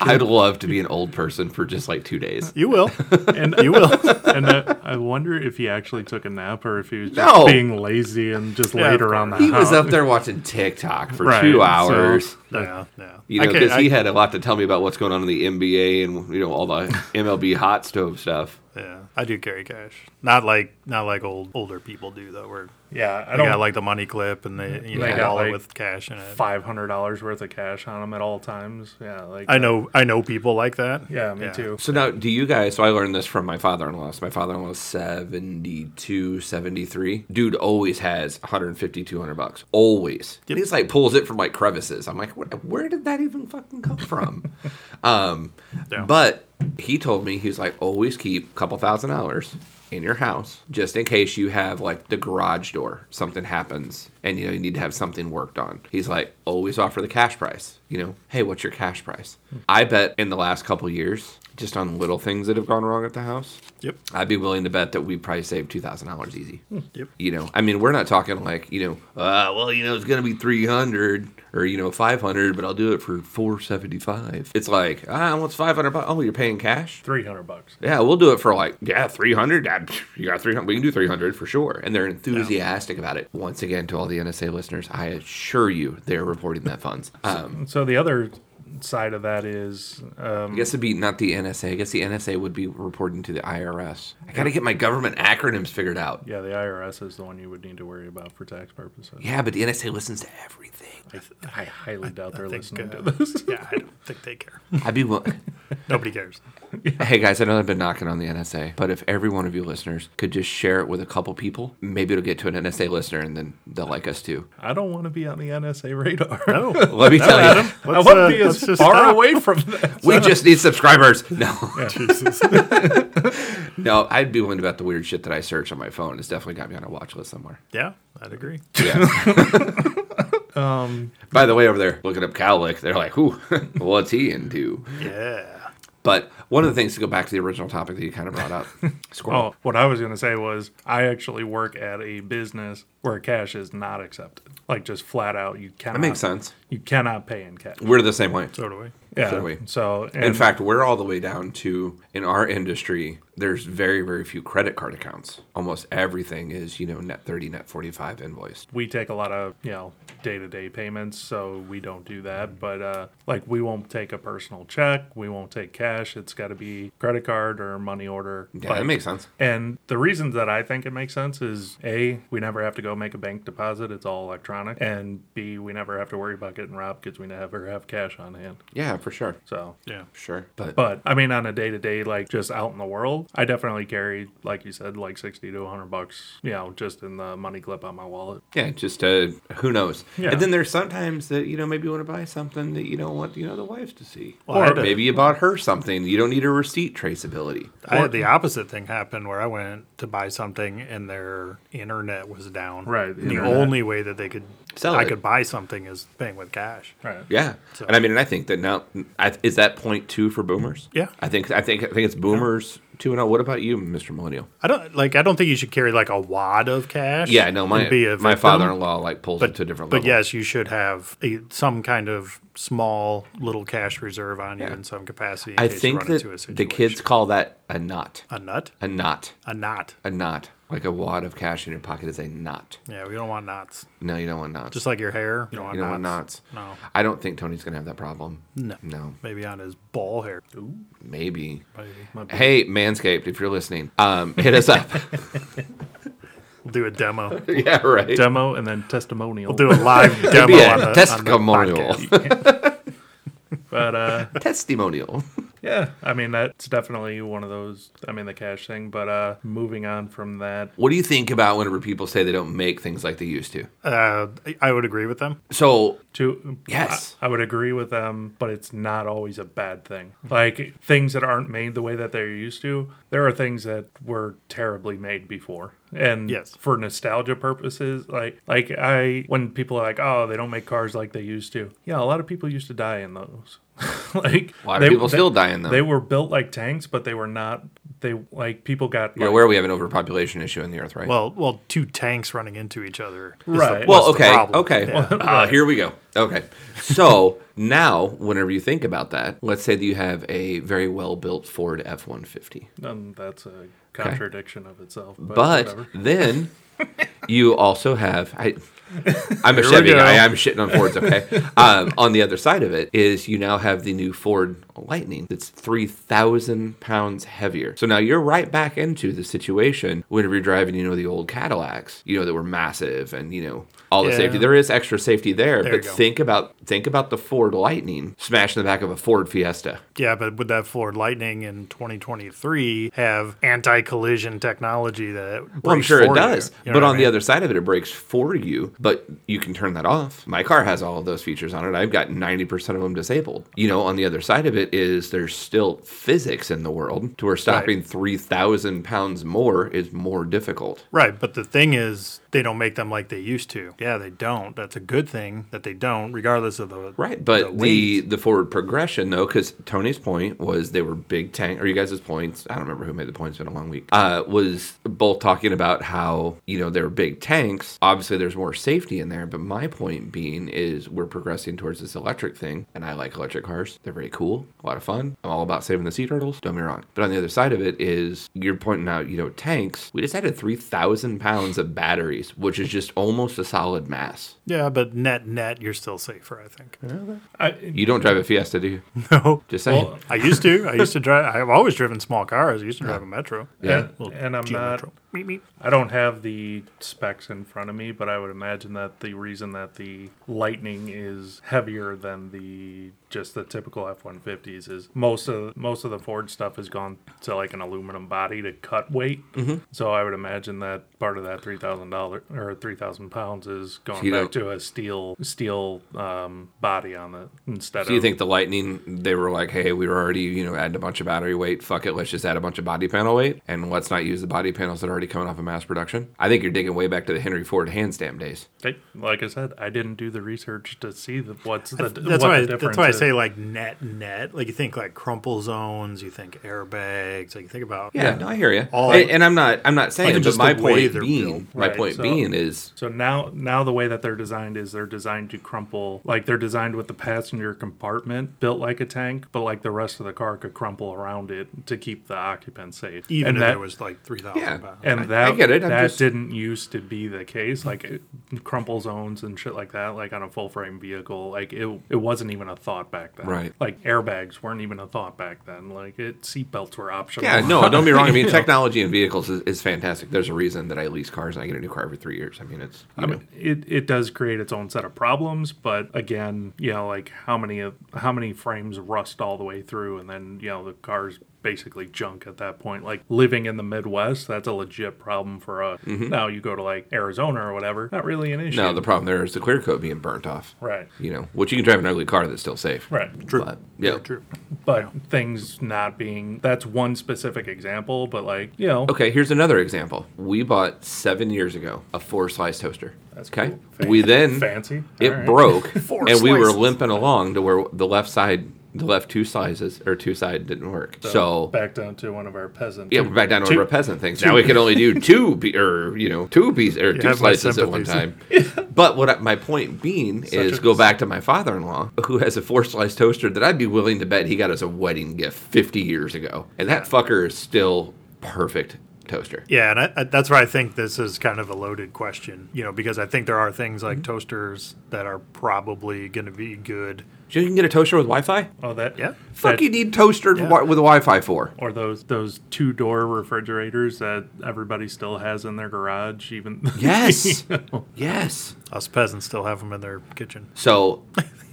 Speaker 3: I'd love to be an old person for just like two days.
Speaker 1: You will.
Speaker 2: And
Speaker 1: You
Speaker 3: (laughs)
Speaker 1: will. (laughs)
Speaker 2: and uh, I wonder if he actually took a nap or if he was just
Speaker 3: No.
Speaker 2: being lazy and just
Speaker 1: Yeah,
Speaker 2: laid
Speaker 1: of
Speaker 2: around the
Speaker 1: course.
Speaker 3: He
Speaker 2: house.
Speaker 3: was up there watching TikTok for
Speaker 2: Right,
Speaker 3: two
Speaker 2: so-
Speaker 3: hours.
Speaker 1: No, no.
Speaker 3: You
Speaker 1: I
Speaker 3: know,
Speaker 1: can't-
Speaker 3: because
Speaker 1: I-
Speaker 3: he had a lot to tell me about what's going on in the NBA and you know all (laughs) the MLB hot stove stuff.
Speaker 1: yeah, I do carry cash. Not like not like old older people do though. Where
Speaker 2: Yeah, I
Speaker 1: they
Speaker 2: don't
Speaker 1: got like the money clip and they you know
Speaker 2: They
Speaker 1: wallet
Speaker 2: got, like,
Speaker 1: with cash in it.
Speaker 2: five hundred dollars worth of cash on him at all times. Yeah, like
Speaker 1: I know I know people like that.
Speaker 2: Yeah, me too.
Speaker 3: So now, do you guys? So I learned this from my father-in-law. So my father-in-law is 72, 73. Dude always has 150, 200 bucks. Always. And he's like pulls it from like crevices. I'm like, where, where did that even fucking come (laughs) from? um,
Speaker 1: Yeah.
Speaker 3: But he told me he's like always keep a couple thousand dollars in your house just in case you have like the garage door something happens and you know you need to have something worked on he's like always offer the cash price you know hey what's your cash price i bet in the last couple years just on little things that have gone wrong at the house
Speaker 1: Yep.
Speaker 3: i'd be willing to bet that we probably saved $2000 easy
Speaker 1: Yep.
Speaker 3: "Ah, you know i mean we're not talking like you know uh, well you know it's gonna be 300 or you know 500, but I'll do it for 475. It's like ah, what's 500 bucks? Oh, you're paying cash.
Speaker 2: Three hundred bucks.
Speaker 3: Yeah, we'll do it for like yeah, three hundred. You got three hundred. We can do three hundred for sure. And they're enthusiastic about it. Once again, to all the NSA listeners, I assure you, they're reporting that funds. Um,
Speaker 2: So the other side of that is um,
Speaker 3: I guess it'd be not the NSA. I guess the NSA would be reporting to the IRS. I gotta get my government acronyms figured out.
Speaker 2: yeah, the IRS is the one you would need to worry about for tax purposes.
Speaker 3: Yeah, but the NSA listens to everything.
Speaker 2: I, th- I highly doubt they're
Speaker 1: think,
Speaker 2: listening
Speaker 1: uh,
Speaker 2: to this. (laughs)
Speaker 1: yeah, I don't think they care.
Speaker 3: I'd be willing.
Speaker 1: Nobody cares.
Speaker 3: hey guys, I know I've been knocking on the NSA, but if every one of you listeners could just share it with a couple people, maybe it'll get to an NSA listener and then they'll like us too.
Speaker 2: I don't want to be on the NSA radar.
Speaker 1: No. (laughs)
Speaker 3: Let me tell you,
Speaker 2: (laughs)
Speaker 1: Let's,
Speaker 2: I want to
Speaker 1: uh,
Speaker 2: be
Speaker 1: let's
Speaker 2: as far
Speaker 1: just stop.
Speaker 2: away
Speaker 1: (laughs)
Speaker 2: from that.
Speaker 3: we just need subscribers. (laughs) No,
Speaker 1: Jesus.
Speaker 3: no, I'd be willing about the weird shit that I search on my phone. It's definitely got me on a watch list somewhere.
Speaker 1: Yeah, I'd agree.
Speaker 3: By the way, over there looking up Cowlick, they're like, "Who? (laughs) what's he into?"
Speaker 1: Yeah.
Speaker 3: But one of the things to go back to the original topic that you kind of brought up,
Speaker 2: (laughs)
Speaker 3: squirrel.
Speaker 2: Oh, what I was going to say was I actually work at a business where cash is not accepted. Like just flat out, you cannot.
Speaker 3: That makes sense.
Speaker 2: You cannot pay in cash.
Speaker 3: We're the same way.
Speaker 1: So do we.
Speaker 2: Yeah.
Speaker 3: so we-
Speaker 2: So
Speaker 3: In fact, we're all the way down to in our industry, there's very, very few credit card accounts. Almost everything is, you know, net 30, net 45 invoiced.
Speaker 2: we take a lot of you know day to day payments, so we don't do that. But uh, like we won't take a personal check, we won't take cash. It's got to be credit card or money order.
Speaker 3: Yeah,
Speaker 2: Like,
Speaker 3: that makes sense.
Speaker 2: And the reasons that I think it makes sense is A, we never have to go make a bank deposit, it's all electronic. And B, we never have to worry about getting robbed because we never have cash on hand.
Speaker 3: Yeah, for sure.
Speaker 2: So,
Speaker 1: Yeah.
Speaker 3: For sure. But,
Speaker 2: but I mean, on a day to day, like just out in the world, I definitely carry, like you said, like 60 to 100 bucks, you know, just in the money clip on my wallet.
Speaker 3: yeah, just uh, who knows.
Speaker 2: Yeah.
Speaker 3: And then there's sometimes that, you know, maybe you want to buy something that you don't want, you know, the wife to see.
Speaker 1: I
Speaker 3: or
Speaker 1: had to-
Speaker 3: maybe you bought her something. You don't need a receipt traceability.
Speaker 1: I had the opposite thing happen where I went to buy something and their internet was down.
Speaker 2: Right, the
Speaker 1: The,
Speaker 2: internet.
Speaker 1: only way that they could
Speaker 3: Sell
Speaker 1: I
Speaker 3: it.
Speaker 1: could buy something is paying with cash.
Speaker 2: Right.
Speaker 3: Yeah, and I mean, and I think that now I, is that point two for boomers.
Speaker 1: Yeah.
Speaker 3: I think I think I think it's boomers two and oh. What about you, Mister Millennial?
Speaker 1: I don't like. I don't think you should carry like a wad of cash.
Speaker 3: Yeah, no, my
Speaker 1: and be a
Speaker 3: my
Speaker 1: victim,
Speaker 3: father-in-law like pulls it to a different
Speaker 1: But
Speaker 3: level.
Speaker 1: yes, you should have a, some kind of small little cash reserve on you in some capacity. In
Speaker 3: I
Speaker 1: case
Speaker 3: think
Speaker 1: you run
Speaker 3: that
Speaker 1: into a
Speaker 3: the
Speaker 1: situation.
Speaker 3: kids call that a knot,
Speaker 1: a nut,
Speaker 3: a knot,
Speaker 1: a knot.
Speaker 3: a knot. Like a wad of cash in your pocket is a knot.
Speaker 1: Yeah, we don't want knots.
Speaker 3: No, you don't want knots.
Speaker 1: Just like your hair, you don't want
Speaker 3: you don't want
Speaker 1: knots.
Speaker 3: knots.
Speaker 1: No.
Speaker 3: I don't think Tony's gonna have that problem. No, no,
Speaker 1: Maybe on his ball hair.
Speaker 3: maybe.
Speaker 1: Maybe.
Speaker 3: Hey, Manscaped, if you're listening, um, hit us up. (laughs)
Speaker 1: We'll do a demo.
Speaker 3: yeah, right.
Speaker 2: Demo and then testimonial.
Speaker 1: do a
Speaker 3: (laughs)
Speaker 1: live demo
Speaker 3: Be a
Speaker 1: on the
Speaker 3: testimonial.
Speaker 1: On the podcast.
Speaker 2: But uh,
Speaker 3: testimonial.
Speaker 2: yeah, I mean, that's definitely one of those, I mean, the cash thing. But uh, moving on from that,
Speaker 3: What do you think about whenever people say they don't make things like they used to?
Speaker 1: uh, I would agree with them.
Speaker 3: So,
Speaker 2: to
Speaker 3: Yes.
Speaker 2: I, I would agree with them but it's not always a bad thing like things that aren't made the way that they're used to there are things that were terribly made before and
Speaker 1: Yes.
Speaker 2: for nostalgia purposes like like i when people are like oh they don't make cars like they used to yeah a lot of people used to die in those (laughs) like
Speaker 3: A lot of people still die in them.
Speaker 2: they were built like tanks but they were not they like people got
Speaker 3: you're
Speaker 2: like-
Speaker 3: aware we have an overpopulation issue in the earth, right?
Speaker 1: Well, well, two tanks running into each other. is the-
Speaker 2: Right.
Speaker 3: Well,
Speaker 1: what's the
Speaker 3: okay,
Speaker 1: problem?
Speaker 3: okay.
Speaker 1: Yeah.
Speaker 3: Ah, here we go. Okay. So (laughs) now, whenever you think about that, let's say that you have a very well built Ford F 150,
Speaker 2: um, that's a contradiction of itself but,
Speaker 3: but
Speaker 2: whatever.
Speaker 1: (laughs)
Speaker 3: then you also have. I, I'm a
Speaker 1: we
Speaker 3: Chevy
Speaker 1: go.
Speaker 3: guy. I'm shitting on Fords. Okay.
Speaker 1: (laughs)
Speaker 3: um, on the other side of it is you now have the new Ford Lightning that's three thousand pounds heavier. So now you're right back into the situation whenever you're driving, you know, the old Cadillacs, you know, that were massive and you know all the
Speaker 1: Yeah.
Speaker 3: safety. There is extra safety there,
Speaker 1: you
Speaker 3: but
Speaker 1: go.
Speaker 3: think about think about the Ford Lightning smashing the back of a Ford Fiesta.
Speaker 1: Yeah, but would that Ford Lightning in 2023 have anti-collision technology that?
Speaker 3: Well, I'm
Speaker 1: breaks
Speaker 3: sure
Speaker 1: for
Speaker 3: it
Speaker 1: you?
Speaker 3: does.
Speaker 1: You know
Speaker 3: but
Speaker 1: what I
Speaker 3: on the
Speaker 1: mean?
Speaker 3: other side of it, it breaks for you, but you can turn that off. My car has all of those features on it. I've got 90% of them disabled. You know, on the other side of it is there's still physics in the world to where stopping 3,000 pounds more is more difficult.
Speaker 1: right. But the thing is, they don't make them like they used to. Yeah, they don't. That's a good thing that they don't, regardless of the
Speaker 3: Right, but the
Speaker 1: weight.
Speaker 3: the forward progression though, because Tony's point was they were big tank, or you guys' points. I don't remember who made the points. Been a long week. Uh, was both talking about how you know they were big tanks. Obviously, there's more safety in there. But my point being is we're progressing towards this electric thing, and I like electric cars. They're very cool, a lot of fun. I'm all about saving the sea turtles. Don't be wrong. But on the other side of it is you're pointing out, you know, tanks. We just added 3,000 pounds of batteries, which is just almost a solid mass.
Speaker 1: Yeah, but net net, you're still safer, I think. (laughs)
Speaker 2: I,
Speaker 3: You don't drive a Fiesta, do you?
Speaker 1: No,
Speaker 3: Just saying.
Speaker 2: Well,
Speaker 1: I used to. I used to drive. I've always driven small cars. I used to drive a Metro.
Speaker 3: Yeah.
Speaker 2: and, and I'm
Speaker 1: Geo
Speaker 2: not.
Speaker 1: Metro. Meep, meep.
Speaker 2: I don't have the specs in front of me, but I would imagine that the reason that the Lightning is heavier than the just the typical F-150s is most of most of the Ford stuff has gone to like an aluminum body to cut weight.
Speaker 3: Mm-hmm.
Speaker 2: So I would imagine that part of that three thousand dollar or three thousand pounds is going
Speaker 3: So you
Speaker 2: back
Speaker 3: don't-
Speaker 2: to a steel steel um, body on it instead
Speaker 3: Do
Speaker 2: of
Speaker 3: you think the Lightning, they were like, hey, we were already, you know, adding a bunch of battery weight. Fuck it. Let's just add a bunch of body panel weight and let's not use the body panels that are already coming off of mass production? I think you're digging way back to the Henry Ford hand stamp days.
Speaker 2: Like- like I said, I didn't do the research to see the, what's the
Speaker 1: That's
Speaker 2: what
Speaker 1: why.
Speaker 2: the
Speaker 1: that's
Speaker 2: difference
Speaker 1: why I
Speaker 2: is.
Speaker 1: say like net net. Like you think like crumple zones. You think airbags. Like you think about
Speaker 3: Yeah, no, I hear you.
Speaker 1: All-
Speaker 3: and, and I'm not, I'm not saying,
Speaker 1: Like,
Speaker 3: but
Speaker 1: just
Speaker 3: my
Speaker 1: the way
Speaker 3: point
Speaker 1: they're
Speaker 3: being,
Speaker 1: built.
Speaker 3: my
Speaker 2: Right,
Speaker 3: point
Speaker 2: so-
Speaker 1: (laughs)
Speaker 3: being is,
Speaker 2: So now, now the way that they're designed is they're designed to crumple, like they're designed with the passenger compartment built like a tank, but like the rest of the car could crumple around it to keep the occupant safe.
Speaker 1: even
Speaker 2: and
Speaker 1: if
Speaker 2: that,
Speaker 1: there was like three thousand
Speaker 3: Yeah.
Speaker 1: pounds.
Speaker 2: and
Speaker 3: I- I
Speaker 2: that
Speaker 3: get it, I'm
Speaker 2: that
Speaker 3: just-
Speaker 2: didn't used to be the case. Like it, crumple zones and shit like that, like on a full frame vehicle, like it it wasn't even a thought back then.
Speaker 3: Right.
Speaker 2: Like airbags weren't even a thought back then. Like it seatbelts were optional.
Speaker 3: yeah, no, don't be wrong. I mean, technology in vehicles is, is fantastic. There's a reason that I lease cars and I get a new car every three years. I mean, it's, you
Speaker 2: I
Speaker 3: know.
Speaker 2: mean, it, it does create its own set of problems, but again, you know, like how many of how many frames rust all the way through, and then you know the car's basically junk at that point. Like living in the Midwest, that's a legit problem for us. Now you go to like Arizona or whatever, not really an issue.
Speaker 3: Mm-hmm. no, the problem there is the clear coat being burnt off.
Speaker 2: right,
Speaker 3: You know, which you can drive an ugly car that's still safe.
Speaker 2: right.
Speaker 1: True.
Speaker 3: But, yeah.
Speaker 1: True.
Speaker 2: But things not being that's one specific example, but like you know,
Speaker 3: Okay, here's another example. We bought seven years ago a four slice toaster.
Speaker 2: That's
Speaker 3: okay.
Speaker 2: cool. Fan-
Speaker 3: We then
Speaker 2: fancy.
Speaker 3: It
Speaker 2: All right. (laughs)
Speaker 3: broke, and
Speaker 1: Four
Speaker 3: we were
Speaker 1: slices.
Speaker 3: limping along to where the left side, the left two slices or two side didn't work. So,
Speaker 2: back down to one of our peasants.
Speaker 3: yeah, we're back down to
Speaker 2: two-
Speaker 3: our peasant things. Now we can
Speaker 2: (laughs)
Speaker 3: only do two pe- or you know two pieces or two
Speaker 1: have my
Speaker 3: slices at one time.
Speaker 1: sympathies.
Speaker 2: (laughs)
Speaker 3: But what I, my point being is,
Speaker 2: a-
Speaker 3: go back to my father-in-law who has a four slice toaster that I'd be willing to bet he got as a wedding gift 50 years ago, and that fucker is still perfect toaster.
Speaker 1: Yeah, and I, I, that's why I think this is kind of a loaded question, you know, because I think there are things like toasters that are probably going to be good.
Speaker 3: So you can get a toaster with Wi-Fi.
Speaker 2: Oh, that
Speaker 1: Yeah.
Speaker 3: Fuck,
Speaker 2: that-
Speaker 3: you need toaster
Speaker 1: Yeah.
Speaker 3: wi- with Wi-Fi for.
Speaker 2: or those those two door refrigerators that everybody still has in their garage even (laughs)
Speaker 3: Yes, yes.
Speaker 1: Us peasants still have them in their
Speaker 3: (laughs)
Speaker 1: kitchen.
Speaker 3: So,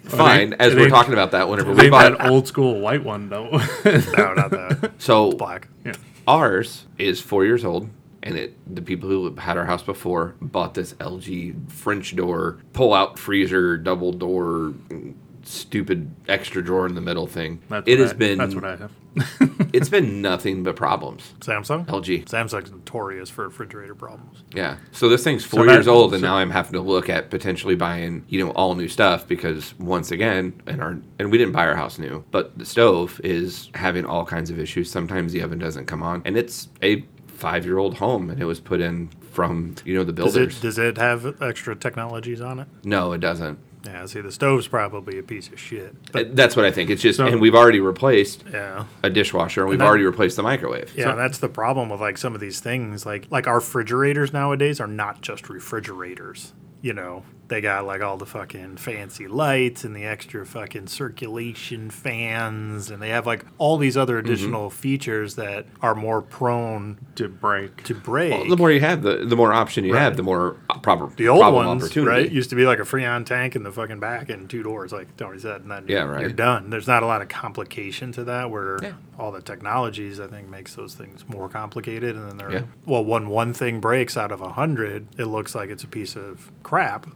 Speaker 3: fine.
Speaker 2: They-
Speaker 3: as we're
Speaker 2: they-
Speaker 3: talking about that, whenever we
Speaker 2: they
Speaker 3: bought,
Speaker 2: that old school white one though (laughs)
Speaker 1: No, not that.
Speaker 3: so
Speaker 1: Black.
Speaker 2: yeah.
Speaker 3: ours is four years old, and it the people who had our house before bought this LG French door pull out freezer double door. Stupid extra drawer in the middle thing.
Speaker 2: That's
Speaker 3: it
Speaker 2: what
Speaker 3: has
Speaker 2: I-
Speaker 3: been
Speaker 2: that's what i have
Speaker 3: (laughs) it's been nothing but problems.
Speaker 1: Samsung?
Speaker 3: LG.
Speaker 1: Samsung's notorious for refrigerator problems.
Speaker 3: Yeah. So this thing's four
Speaker 2: that-
Speaker 3: years old, and
Speaker 2: so-
Speaker 3: now I'm having to look at potentially buying, you know, all new stuff because once again, and our and we didn't buy our house new, but the stove is having all kinds of issues. Sometimes the oven doesn't come on, and it's a five-year-old home, and it was put in from you know the
Speaker 1: Does
Speaker 3: builders.
Speaker 1: it, does it have extra technologies on it?
Speaker 3: no, it doesn't.
Speaker 1: Yeah, see, the stove's probably a piece of shit. But
Speaker 3: That's what I think. It's just,
Speaker 2: So-
Speaker 3: and we've already replaced
Speaker 1: yeah.
Speaker 3: a dishwasher, and we've
Speaker 1: that-
Speaker 3: already replaced the microwave.
Speaker 1: Yeah, and that's the problem with like some of these things. Like like our refrigerators nowadays are not just refrigerators. You know, they got like all the fucking fancy lights and the extra fucking circulation fans, and they have like all these other
Speaker 3: Mm-hmm.
Speaker 1: additional features that are more prone
Speaker 2: to break
Speaker 1: to break.
Speaker 3: Well, the more you have, the the more option you have, the more uh, proper
Speaker 1: the old
Speaker 3: problem
Speaker 1: ones,
Speaker 3: opportunity.
Speaker 1: right, used to be like a freon tank in the fucking back and two doors, like Tony said, and then
Speaker 3: Yeah,
Speaker 1: you're-
Speaker 3: right.
Speaker 1: you're done. There's not a lot of complication to that. Where
Speaker 3: Yeah.
Speaker 1: all the technologies, I think, makes those things more complicated. And then they're
Speaker 3: Yeah.
Speaker 1: well, when one thing breaks out of a hundred, it looks like it's a
Speaker 3: Mm-hmm.
Speaker 1: piece of crap.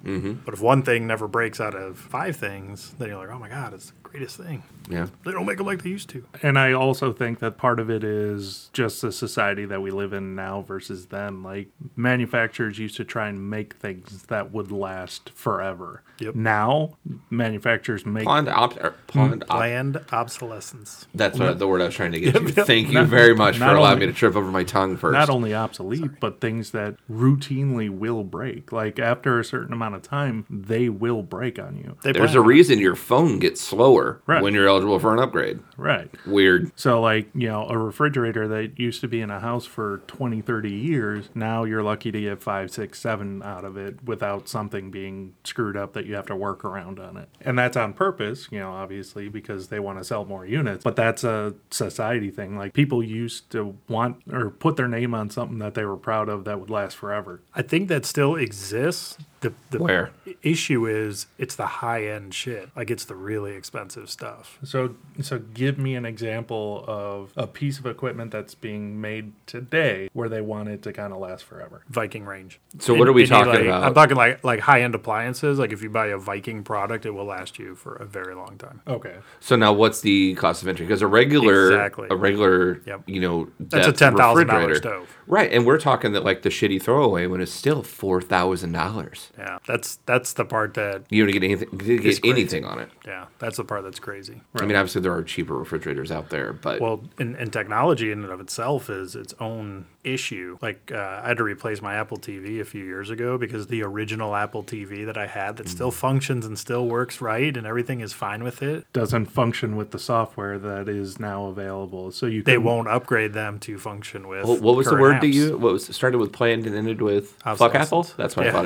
Speaker 1: But if one thing never breaks out of five things, then you're like, oh my god, it's greatest thing.
Speaker 3: Yeah.
Speaker 1: They don't make them like they used to.
Speaker 2: And I also think that part of it is just the society that we live in now versus them. Like manufacturers used to try and make things that would last forever.
Speaker 1: Yep.
Speaker 2: Now manufacturers make
Speaker 3: Planned op- er, planned
Speaker 1: Hmm.
Speaker 3: op-
Speaker 1: Planned obsolescence.
Speaker 3: That's what, the word I was
Speaker 1: (laughs)
Speaker 3: trying to get to.
Speaker 1: Yep.
Speaker 3: Thank you
Speaker 2: Not-
Speaker 3: very much for
Speaker 2: not
Speaker 3: allowing
Speaker 2: only-
Speaker 3: me to trip over my tongue first.
Speaker 2: not only obsolete, but things that routinely will break. Like after a certain amount of time, they will break on you.
Speaker 1: They
Speaker 3: There's
Speaker 1: plan
Speaker 3: a
Speaker 1: on it.
Speaker 3: reason your phone gets slower
Speaker 2: Right.
Speaker 3: when you're eligible for an upgrade.
Speaker 2: Right.
Speaker 3: Weird.
Speaker 2: So, like, you know, a refrigerator that used to be in a house for 20, 30 years, now you're lucky to get five, six, seven out of it without something being screwed up that you have to work around on it. And that's on purpose, you know, obviously, because they want to sell more units. But that's a society thing. Like, people used to want or put their name on something that they were proud of that would last forever.
Speaker 1: I think that still exists. The, the
Speaker 3: Where?
Speaker 1: issue is it's the high end shit. Like it's the really expensive stuff.
Speaker 2: So, so give me an example of a piece of equipment that's being made today where they want it to kind of last forever.
Speaker 1: Viking range.
Speaker 3: So what are we
Speaker 1: Any,
Speaker 3: talking
Speaker 1: like-
Speaker 3: about?
Speaker 1: I'm talking like like high end appliances. Like if you buy a Viking product, it will last you for a very long time.
Speaker 2: Okay.
Speaker 3: So now, what's the cost of entry? Because a regular,
Speaker 1: Exactly.
Speaker 3: a regular,
Speaker 1: Yep.
Speaker 3: you know,
Speaker 1: That's a
Speaker 3: depth
Speaker 1: $10,000
Speaker 3: refrigerator.
Speaker 1: stove.
Speaker 3: right? And we're talking that like the shitty throwaway one is still four thousand dollars.
Speaker 1: Yeah, that's that's the part that
Speaker 3: You don't get anything, you don't
Speaker 1: It's
Speaker 3: get
Speaker 1: crazy.
Speaker 3: anything on it.
Speaker 1: yeah that's the part that's crazy.
Speaker 3: I mean, obviously there are cheaper refrigerators out there, but
Speaker 1: Well, and, and technology in and of itself is its own issue. Like, uh, I had to replace my Apple TV a few years ago because the original Apple TV that I had that
Speaker 3: Mm.
Speaker 1: still functions and still works right and everything is fine with it,
Speaker 2: doesn't function with the software that is now available. So you
Speaker 1: they
Speaker 2: can,
Speaker 1: won't upgrade them to function with.
Speaker 3: Well, Mm. what was the
Speaker 1: current
Speaker 3: word to
Speaker 1: apps.
Speaker 3: you? What was started with planned and ended with fuck
Speaker 1: Obsolescence.
Speaker 3: Apple? That's what
Speaker 1: (laughs)
Speaker 3: I
Speaker 1: Yeah.
Speaker 3: thought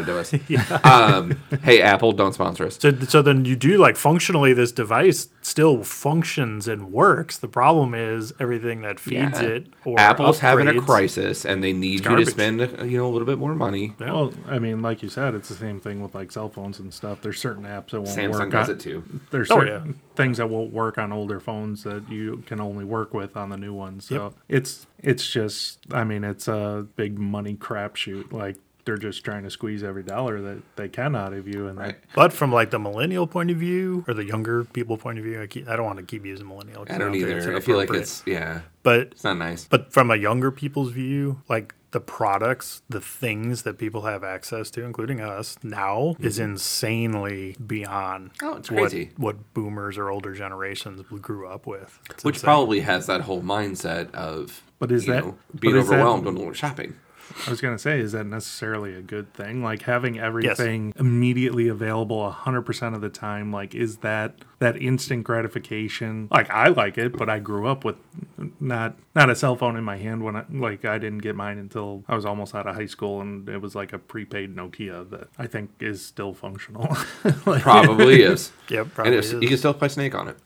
Speaker 1: (laughs)
Speaker 3: it was. um, hey Apple, don't sponsor us.
Speaker 1: So, so then you do like functionally, this device still functions and works. The problem is everything that feeds
Speaker 3: Yeah.
Speaker 1: it or
Speaker 3: Apple's having a
Speaker 1: upgrades-
Speaker 3: crisis, and they need you to
Speaker 1: garbage.
Speaker 3: spend you know a little bit more money.
Speaker 2: Well, I mean, like you said, it's the same thing with like cell phones and stuff. There's certain apps that won't
Speaker 3: Samsung
Speaker 2: work.
Speaker 3: does
Speaker 2: on,
Speaker 3: it too.
Speaker 2: There's
Speaker 1: Oh,
Speaker 2: certain things that won't work on older phones that you can only work with on the new ones. So it's it's just, I mean, it's a big money crapshoot. Like they're just trying to squeeze every dollar that they can out of you, and
Speaker 3: Right.
Speaker 1: But from like the millennial point of view or the younger people point of view, I, keep, I don't want to keep using millennial. 'cause
Speaker 3: I don't
Speaker 1: think it's
Speaker 3: either. I feel like
Speaker 1: inappropriate.
Speaker 3: it's yeah,
Speaker 1: but
Speaker 3: it's not nice.
Speaker 1: But from a younger people's view, like the products, the things that people have access to, including us now, is insanely beyond
Speaker 3: Mm-hmm. Oh, it's
Speaker 1: what,
Speaker 3: crazy.
Speaker 1: what boomers or older generations grew up with. It's
Speaker 3: Which
Speaker 1: insane.
Speaker 3: probably has that whole mindset of
Speaker 2: But is
Speaker 3: you
Speaker 2: that-
Speaker 3: know,
Speaker 2: but
Speaker 3: being
Speaker 2: is that-
Speaker 3: overwhelmed when we're shopping.
Speaker 2: I was gonna say, is that necessarily a good thing? Like having everything immediately available hundred percent of the time, like is that that instant gratification? Like I like it, but I grew up with not not a cell phone in my hand when I like I didn't get mine until I was almost out of high school and it was like a prepaid Nokia that I think is still functional. (laughs) like, (laughs)
Speaker 3: Probably is.
Speaker 1: Yep,
Speaker 3: and
Speaker 1: probably
Speaker 3: it's, you
Speaker 1: is.
Speaker 3: can still play Snake on it.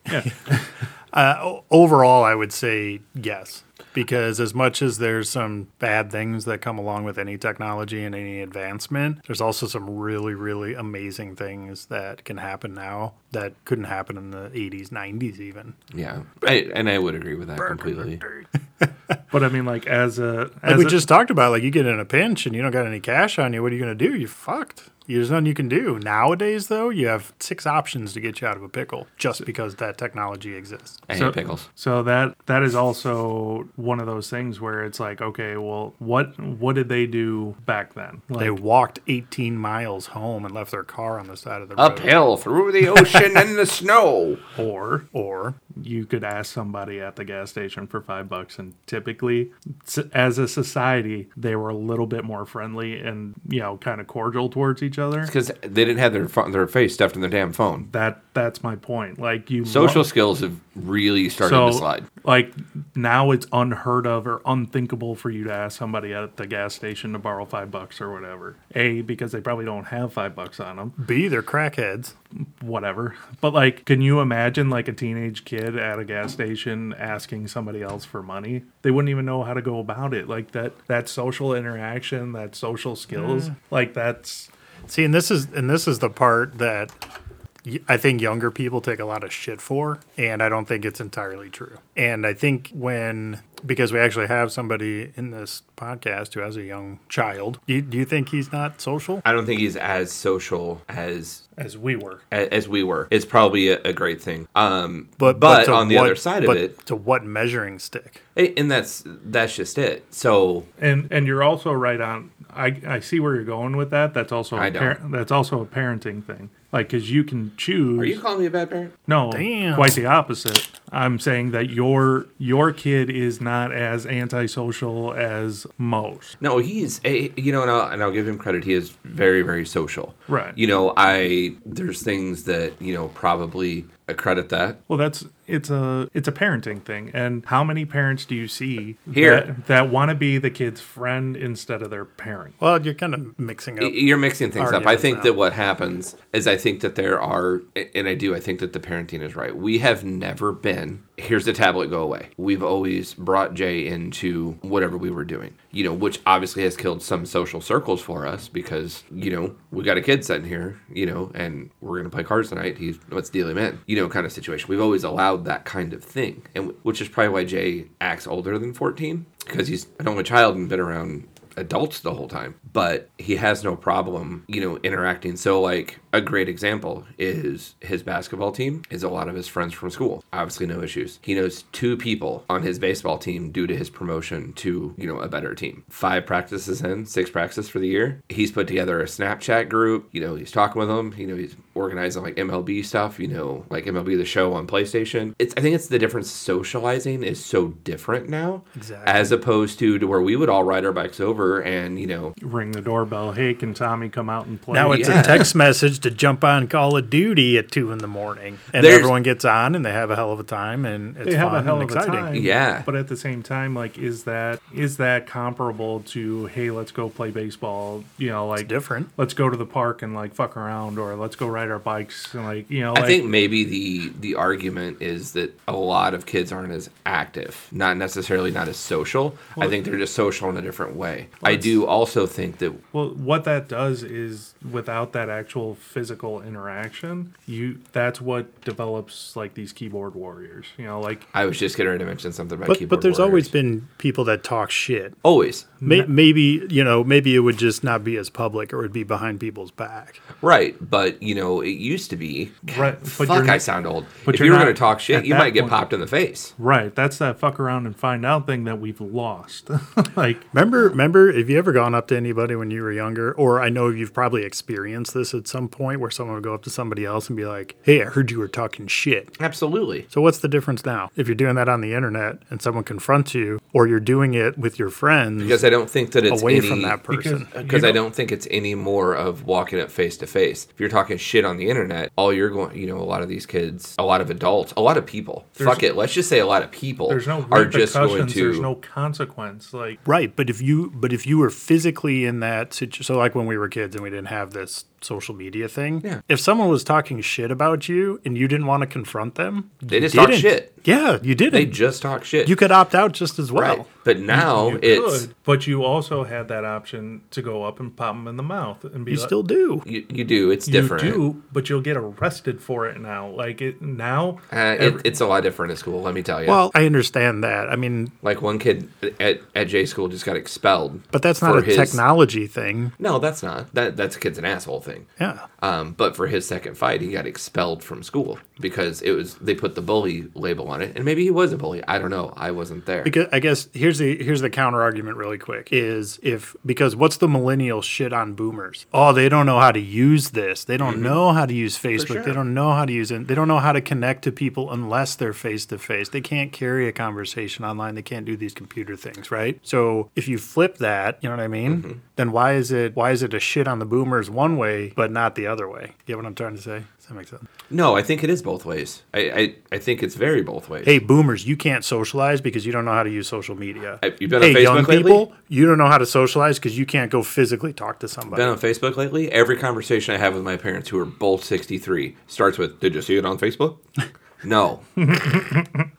Speaker 1: Uh, o- overall, I would say yes, because as much as there's some bad things that come along with any technology and any advancement, there's also some really, really amazing things that can happen now that couldn't happen in the 80s, 90s, even.
Speaker 3: Yeah, I, and I would agree with that completely.
Speaker 2: but I mean, like as a as
Speaker 1: Like we
Speaker 2: a-
Speaker 1: just talked about, like you get in a pinch and you don't got any cash on you, what are you going to do? You're fucked. There's nothing you can do. Nowadays, though, you have six options to get you out of a pickle just because that technology exists.
Speaker 3: I hate pickles.
Speaker 2: So that that is also one of those things where it's like, okay, well, what what did they do back then? Like,
Speaker 1: They walked 18 miles home and left their car on the side of the road.
Speaker 3: Uphill through the ocean and the (laughs) snow.
Speaker 2: or
Speaker 1: Or
Speaker 2: you could ask somebody at the gas station for five bucks, and typically, s- as a society, they were a little bit more friendly and you know kind of cordial towards each other.
Speaker 3: because they didn't have their pho- their face stuffed in their damn phone.
Speaker 2: That that's my point. Like you
Speaker 3: Social
Speaker 2: lo-
Speaker 3: skills have really started
Speaker 2: so
Speaker 3: to slide.
Speaker 2: like now it's unheard of or unthinkable for you to ask somebody at the gas station to borrow five bucks or whatever. A because they probably don't have five bucks on them.
Speaker 1: B, they're crackheads.
Speaker 2: whatever. But like, can you imagine like a teenage kid at a gas station asking somebody else for money? They wouldn't even know how to go about it. Like that that social interaction, that
Speaker 3: Mm.
Speaker 2: social skills, like that's
Speaker 1: See, and this is and this is the part that y- I think younger people take a lot of shit for, and I don't think it's entirely true. And I think when because we actually have somebody in this podcast who has a young child, do you, do you think he's not social?
Speaker 3: I don't think he's as social as
Speaker 2: as we were.
Speaker 3: a- as we were. It's probably a, a great thing. Um,
Speaker 1: But
Speaker 3: but but, on the other side of it,
Speaker 1: to what measuring stick?
Speaker 3: a- and that's that's just it. So
Speaker 2: And and you're also right on. I I see where you're going with that. That's also
Speaker 3: I
Speaker 2: a
Speaker 3: don't.
Speaker 2: par- that's also a parenting thing. Like, cause you can choose.
Speaker 3: are you calling me a bad parent?
Speaker 2: No,
Speaker 1: Damn.
Speaker 2: quite the opposite. I'm saying that your your kid is not as antisocial as most.
Speaker 3: No, he's a you know, and I'll, and I'll give him credit. He is very very social.
Speaker 2: Right.
Speaker 3: You know, I there's things that you know probably accredit that.
Speaker 2: Well, that's it's a it's a parenting thing. And how many parents do you see
Speaker 3: Here.
Speaker 2: that, that want to be the kid's friend instead of their parent?
Speaker 1: Well, you're kind of mixing
Speaker 3: Y-
Speaker 1: up.
Speaker 3: You're mixing things up. I
Speaker 1: Arguments
Speaker 3: think
Speaker 1: now.
Speaker 3: that what happens is I think that there are, and I do, I think that the parenting is right. We have never been, here's the tablet, go away. We've always brought Jay into whatever we were doing, you know, which obviously has killed some social circles for us because, you know, we got a kid sitting here, you know, and we're going to play cards tonight. He's, let's deal him in, you know, kind of situation. We've always allowed that kind of thing, and which is probably why Jay acts older than 14 because he's an only child and been around adults the whole time, but he has no problem, you know, interacting. So, like, a great example is his basketball team is a lot of his friends from school. Obviously, no issues. He knows two people on his baseball team due to his promotion to, you know, a better team. Five practices in, six practices for the year. He's put together a Snapchat group. You know, he's talking with them. You know, he's organizing like MLB stuff, you know, like MLB the show on PlayStation. It's, I think it's the difference socializing is so different now.
Speaker 1: Exactly.
Speaker 3: As opposed to, to where we would all ride our bikes over and, you know,
Speaker 2: Ring the doorbell. Hey, can Tommy come out and play?
Speaker 1: Now it's
Speaker 3: Oh, Yeah.
Speaker 1: a text message to jump on Call of Duty at two in the morning, and
Speaker 3: There's-
Speaker 1: everyone gets on and they have a hell of a time, and it's
Speaker 2: they have
Speaker 1: fun
Speaker 2: a hell
Speaker 1: and
Speaker 2: of a
Speaker 1: exciting.
Speaker 2: time.
Speaker 3: Yeah.
Speaker 2: But at the same time, like, is that is that comparable to hey, let's go play baseball? You know, like
Speaker 1: different.
Speaker 2: Let's go to the park and like fuck around, or let's go ride our bikes and like you know.
Speaker 3: I
Speaker 2: like,
Speaker 3: think maybe the the argument is that a lot of kids aren't as active, not necessarily not as social. I think they're just social in a different way. I do also think that
Speaker 2: Well, what that does is without that actual physical interaction, you that's what develops like these keyboard warriors. You know, like
Speaker 3: I was just getting ready to mention something about
Speaker 1: But
Speaker 3: keyboard
Speaker 1: but there's always
Speaker 3: warriors.
Speaker 1: been people that talk shit.
Speaker 3: always
Speaker 1: May, maybe you know, maybe it would just not be as public, or it'd be behind people's back.
Speaker 3: right, but you know it used to be.
Speaker 2: right, but
Speaker 3: fuck,
Speaker 2: you're
Speaker 3: I sound old.
Speaker 2: but
Speaker 3: if
Speaker 2: you're
Speaker 3: you were
Speaker 2: not
Speaker 3: going to talk
Speaker 2: at
Speaker 3: shit, you
Speaker 2: that
Speaker 3: might get
Speaker 2: point.
Speaker 3: popped in the face.
Speaker 2: right. That's that fuck around and find out thing that we've lost. (laughs) like
Speaker 1: Remember, remember, have you ever gone up to anybody when you were younger? Or I know you've probably experienced this at some point, where someone would go up to somebody else and be like, "Hey, I heard you were talking shit."
Speaker 3: Absolutely.
Speaker 1: So what's the difference now? If you're doing that on the internet and someone confronts you, or you're doing it with your friends
Speaker 3: Because I don't think that it's
Speaker 1: away
Speaker 3: any-
Speaker 1: from that person.
Speaker 3: because Uh, I don't think it's any more of walking it face to face. If you're talking shit on the internet, all you're going, you know, a lot of these kids, a lot of adults, a lot of people, fuck it, let's just say a lot of people
Speaker 2: there's no
Speaker 3: are just going
Speaker 2: repercussions,
Speaker 3: to.
Speaker 2: There's no consequence. Like
Speaker 1: Right, but if you but if you were physically in that situation, so like when we were kids and we didn't have this social media thing,
Speaker 3: Yeah.
Speaker 1: if someone was talking shit about you and you didn't want to confront them,
Speaker 3: They
Speaker 1: you
Speaker 3: just talk
Speaker 1: didn't.
Speaker 3: shit.
Speaker 1: Yeah, you didn't.
Speaker 3: they just talk shit.
Speaker 1: you could opt out just as well.
Speaker 3: right, but now it's
Speaker 2: Good, but you also had that option to go up and pop them in the mouth and be
Speaker 1: You
Speaker 2: like,
Speaker 1: still do.
Speaker 3: you, you do. It's different.
Speaker 2: You do, but you'll get arrested for it now. Like it now.
Speaker 3: Uh, it,
Speaker 2: every-
Speaker 3: it's a lot different at school. Let me tell you.
Speaker 1: Well, I understand that. I mean,
Speaker 3: like one kid at at J school just got expelled.
Speaker 1: but that's not
Speaker 3: for
Speaker 1: a
Speaker 3: his-
Speaker 1: technology thing.
Speaker 3: No, that's not. That that's a kid's an asshole thing.
Speaker 1: Yeah.
Speaker 3: Um, but for his second fight, he got expelled from school because it was they put the bully label on it, and maybe he was a bully. I don't know. I wasn't there.
Speaker 1: Because I guess here's the here's the counter argument really quick is if because what's the millennial shit on boomers? Oh, they don't know how to use this. They don't know how to use Facebook. They
Speaker 3: sure.
Speaker 1: don't know how to use it. They don't know how to connect to people unless they're face to face. They can't carry a conversation online. They can't do these computer things, right? So if you flip that, you know what I mean? Then why is it why is it a shit on the boomers one way but not the other way? You get what I'm trying to say? Does that make sense?
Speaker 3: no, I think it is both ways. I I, I think it's very both ways.
Speaker 1: hey boomers you can't socialize because you don't know how to use social media
Speaker 3: Have you been on
Speaker 1: hey young
Speaker 3: Facebook lately?
Speaker 1: people you don't know how to socialize because you can't go physically talk to somebody
Speaker 3: Been on Facebook
Speaker 1: (laughs)
Speaker 3: lately? Every conversation I have with my parents, who are both sixty three, starts with "Did you see it on Facebook?" No.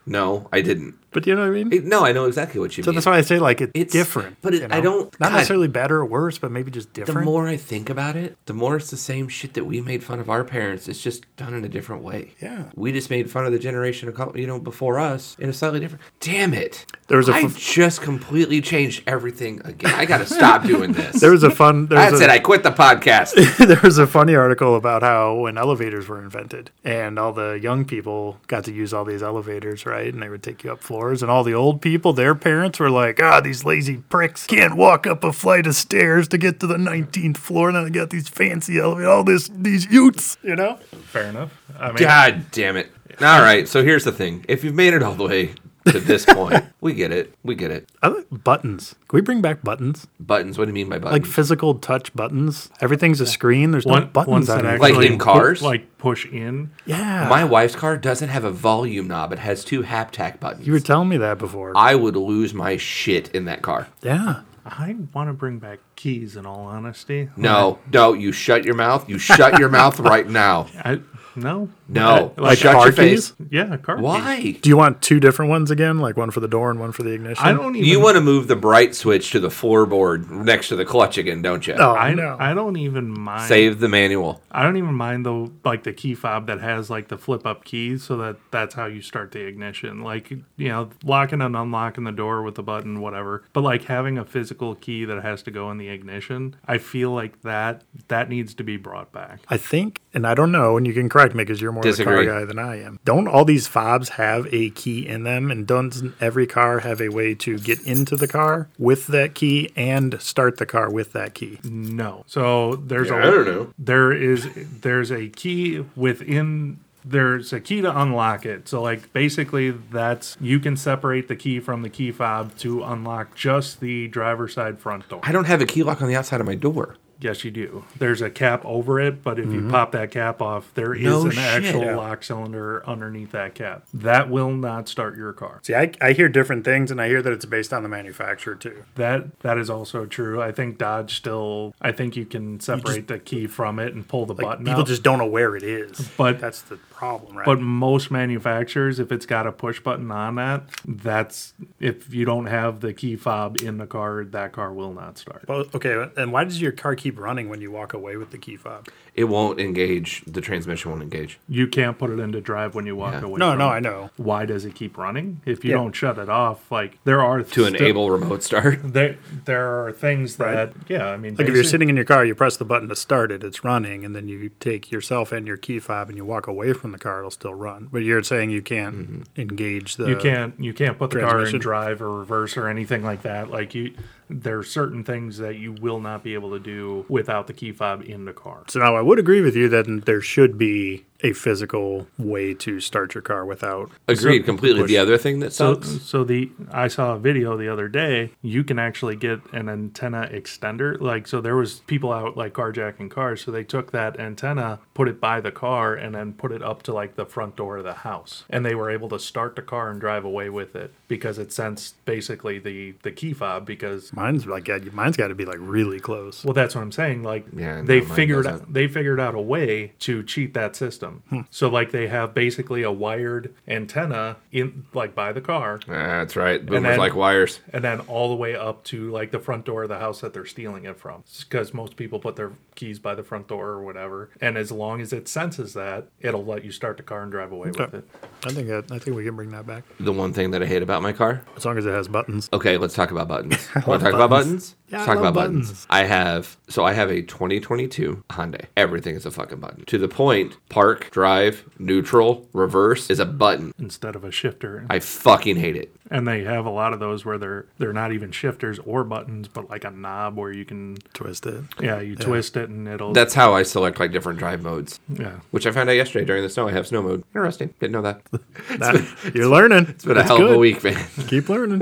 Speaker 3: no, I didn't.
Speaker 1: But you know what I mean?
Speaker 3: It- no, I know exactly what you
Speaker 1: so
Speaker 3: mean.
Speaker 1: that's why I say like it's,
Speaker 3: It's-
Speaker 1: different.
Speaker 3: but it-
Speaker 1: you
Speaker 3: I don't-
Speaker 1: not
Speaker 3: God.
Speaker 1: necessarily better or worse, but maybe just
Speaker 3: the
Speaker 1: different.
Speaker 3: more I think about it, the more it's the same shit that we made fun of our parents. It's just done in a different way.
Speaker 1: Yeah.
Speaker 3: We just made fun of the generation, a couple, you know, before us in a slightly different. Damn it!
Speaker 1: There was a
Speaker 3: I
Speaker 1: f-
Speaker 3: just completely changed everything again. I
Speaker 1: (laughs)
Speaker 3: gotta stop doing this.
Speaker 1: there was a fun. There was
Speaker 3: That's
Speaker 1: a,
Speaker 3: it. I quit
Speaker 1: (laughs)
Speaker 3: the podcast.
Speaker 1: there was a funny article about how when elevators were invented and all the young people got to use all these elevators, right? And they would take you up floors, and all the old people, their parents were like, ah, these lazy pricks can't walk up a flight of stairs to get to the 19th floor. Now they got these fancy elevators, all this, these utes, you know?
Speaker 2: Fair enough. I mean,
Speaker 3: God damn it! All right. So here's the thing: if you've made it all the way to
Speaker 1: (laughs)
Speaker 3: this point, we get it. We get it.
Speaker 1: I like buttons. Can we bring back buttons?
Speaker 3: Buttons. What do you mean by
Speaker 1: Like
Speaker 3: buttons?
Speaker 1: physical touch buttons? Everything—everything's a screen. There's no
Speaker 2: one-
Speaker 1: buttons
Speaker 2: ones
Speaker 1: on
Speaker 2: that
Speaker 1: it.
Speaker 3: Like
Speaker 2: actually
Speaker 3: in cars?
Speaker 2: pu- like push in.
Speaker 1: yeah.
Speaker 3: My wife's car doesn't have a volume knob. It has two haptac buttons.
Speaker 1: you were telling me that before.
Speaker 3: I would lose my shit in that car.
Speaker 1: yeah.
Speaker 2: I want to bring back keys. In all honesty,
Speaker 3: No, no, you shut your mouth. You shut your mouth right (laughs) now.
Speaker 2: I no
Speaker 3: No,
Speaker 2: I- like
Speaker 3: shut
Speaker 1: car
Speaker 3: your face.
Speaker 1: keys?
Speaker 2: yeah, car. keys.
Speaker 3: Why?
Speaker 1: Do you want two different ones again? Like one for the door and one for the ignition?
Speaker 2: I don't even.
Speaker 3: You want to move the bright switch to the floorboard next to the clutch again, don't you?
Speaker 1: Oh,
Speaker 2: I
Speaker 1: know.
Speaker 2: I don't even mind.
Speaker 3: Save the manual.
Speaker 2: I don't even mind though, like the key fob that has like the flip up keys, so that that's how you start the ignition. Like you know, locking and unlocking the door with the button, whatever. But like having a physical key that has to go in the ignition, I feel like that that needs to be brought back.
Speaker 1: I think, and I don't know, and you can correct me because you're more of
Speaker 3: Disagree.
Speaker 1: a car guy than I am. Don't all these fobs have a key in them? And doesn't every car have a way to get into the car with that key and start the car with that key?
Speaker 2: No, so there's
Speaker 3: Yeah,
Speaker 2: a
Speaker 3: I don't know.
Speaker 2: there is there's a key within there's a key to unlock it so like basically that's you can separate the key from the key fob to unlock just the driver's side front door
Speaker 3: I don't have a key lock on the outside of my door.
Speaker 2: yes you do there's a cap over it but if you pop that cap off there is
Speaker 3: Mm-hmm. No
Speaker 2: an
Speaker 3: shit.
Speaker 2: actual
Speaker 3: Yeah.
Speaker 2: lock cylinder underneath that cap that will not start your car
Speaker 1: See, I, I hear different things, and I hear that it's based on the manufacturer too.
Speaker 2: that that is also true i think dodge still i think you can separate the key from it and pull the
Speaker 1: Like,
Speaker 2: button
Speaker 1: people
Speaker 2: out.
Speaker 1: just don't know where it is.
Speaker 2: But-
Speaker 1: that's the problem, right?
Speaker 2: But most manufacturers, if it's got a push button on that, that's if you don't have the key fob in the car, that car will not start.
Speaker 1: Well, okay, and why does your car keep running when you walk away with the key fob?
Speaker 3: It won't engage. The transmission won't engage.
Speaker 2: You can't put it into drive when you walk
Speaker 3: Yeah.
Speaker 2: away.
Speaker 1: No,
Speaker 2: from
Speaker 1: no,
Speaker 2: it.
Speaker 1: I know.
Speaker 2: Why does it keep running? If you
Speaker 1: Yeah.
Speaker 2: don't shut it off, like there are
Speaker 3: To enable remote (laughs) start.
Speaker 2: there there are things that yeah, I mean
Speaker 1: Like if you're
Speaker 2: basic-
Speaker 1: sitting in your car, you press the button to start it, it's running, and then you take yourself and your key fob and you walk away from the car, it'll still run. But you're saying you can't engage the
Speaker 2: you can't you can't put the car in
Speaker 1: uh, transmission.
Speaker 2: drive or reverse or anything like that. Like you there are certain things that you will not be able to do without the key fob in the car.
Speaker 1: So now I would agree with you that there should be a physical way to start your car without.
Speaker 3: Agreed completely. The other thing that
Speaker 2: So,
Speaker 3: sucks.
Speaker 2: so the I saw a video the other day. You can actually get an antenna extender. Like, so there was people out like carjacking cars. So they took that antenna, put it by the car, and then put it up to like the front door of the house. And they were able to start the car and drive away with it because it sensed basically the the key fob. Because
Speaker 1: Mine's like yeah, mine's got to be like really close.
Speaker 2: well, that's what I'm saying. Like,
Speaker 3: Yeah,
Speaker 2: they
Speaker 3: no, mine
Speaker 2: figured
Speaker 3: doesn't. Hmm.
Speaker 2: out they figured out a way to cheat that system. So like they have basically a wired antenna in like by the car.
Speaker 3: That's right. Boomers
Speaker 2: then-
Speaker 3: like wires.
Speaker 2: and then all the way up to like the front door of the house that they're stealing it from because most people put their keys by the front door or whatever and as long as it senses that it'll let you start the car and drive away with
Speaker 1: Okay.
Speaker 2: it
Speaker 1: I think that, I think we can bring that back
Speaker 3: The one thing that I hate about my car.
Speaker 1: as long as it has buttons.
Speaker 3: Okay, let's talk about buttons. Want to talk about buttons?
Speaker 1: Yeah,
Speaker 3: let's
Speaker 1: I
Speaker 3: talk
Speaker 1: love
Speaker 3: about buttons.
Speaker 1: buttons.
Speaker 3: I have so I have a 2022 Hyundai. Everything is a fucking button. To the point, park, drive, neutral, reverse is a button.
Speaker 2: instead of a shifter
Speaker 3: I fucking hate it.
Speaker 2: and they have a lot of those where they're they're not even shifters or buttons but like a knob where you can
Speaker 1: Twist it.
Speaker 2: yeah you twist it and it'll
Speaker 3: That's how I select like different drive modes,
Speaker 2: yeah
Speaker 3: which I found out yesterday during the snow. I have snow mode. Interesting. Didn't know that. (laughs) It's
Speaker 1: That- you're learning. It's
Speaker 3: been a hell of a week, man. (laughs)
Speaker 1: Keep learning.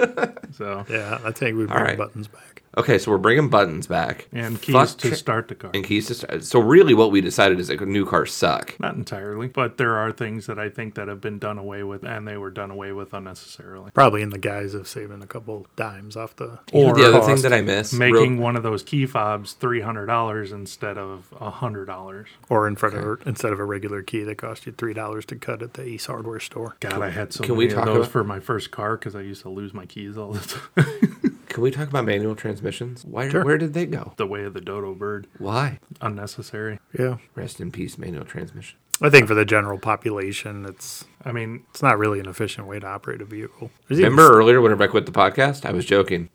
Speaker 2: so
Speaker 1: Yeah, I think we bring
Speaker 3: right.
Speaker 1: buttons back.
Speaker 3: Okay, so we're bringing buttons back
Speaker 2: and keys
Speaker 3: Fuck
Speaker 2: to
Speaker 3: tra-
Speaker 2: start the car.
Speaker 3: and keys to start. So really, what we decided is like new cars suck.
Speaker 2: Not entirely, but there are things that I think that have been done away with, and they were done away with unnecessarily.
Speaker 1: Probably in the guise of saving a couple dimes off the.
Speaker 2: Or
Speaker 3: the other thing
Speaker 2: cost,
Speaker 3: that I miss real-
Speaker 2: making one of those key fobs three hundred dollars instead of hundred dollars.
Speaker 1: Or in front of instead of a regular key that cost you three dollars to cut at the Ace Hardware store.
Speaker 2: God, I had so
Speaker 3: can we
Speaker 2: many of
Speaker 3: talk
Speaker 2: those
Speaker 3: about-
Speaker 2: for my first car because I used to lose my keys all the (laughs) time.
Speaker 3: Can we talk about manual transmissions? Why? Where did they go?
Speaker 2: the way of the dodo bird,
Speaker 3: Why?
Speaker 2: unnecessary.
Speaker 1: Yeah,
Speaker 3: Rest in peace, manual transmission.
Speaker 1: I think for the general population, it's
Speaker 2: I mean,
Speaker 1: it's not really an efficient way to operate a vehicle. There's even,
Speaker 3: Remember earlier whenever I quit the podcast, I was joking.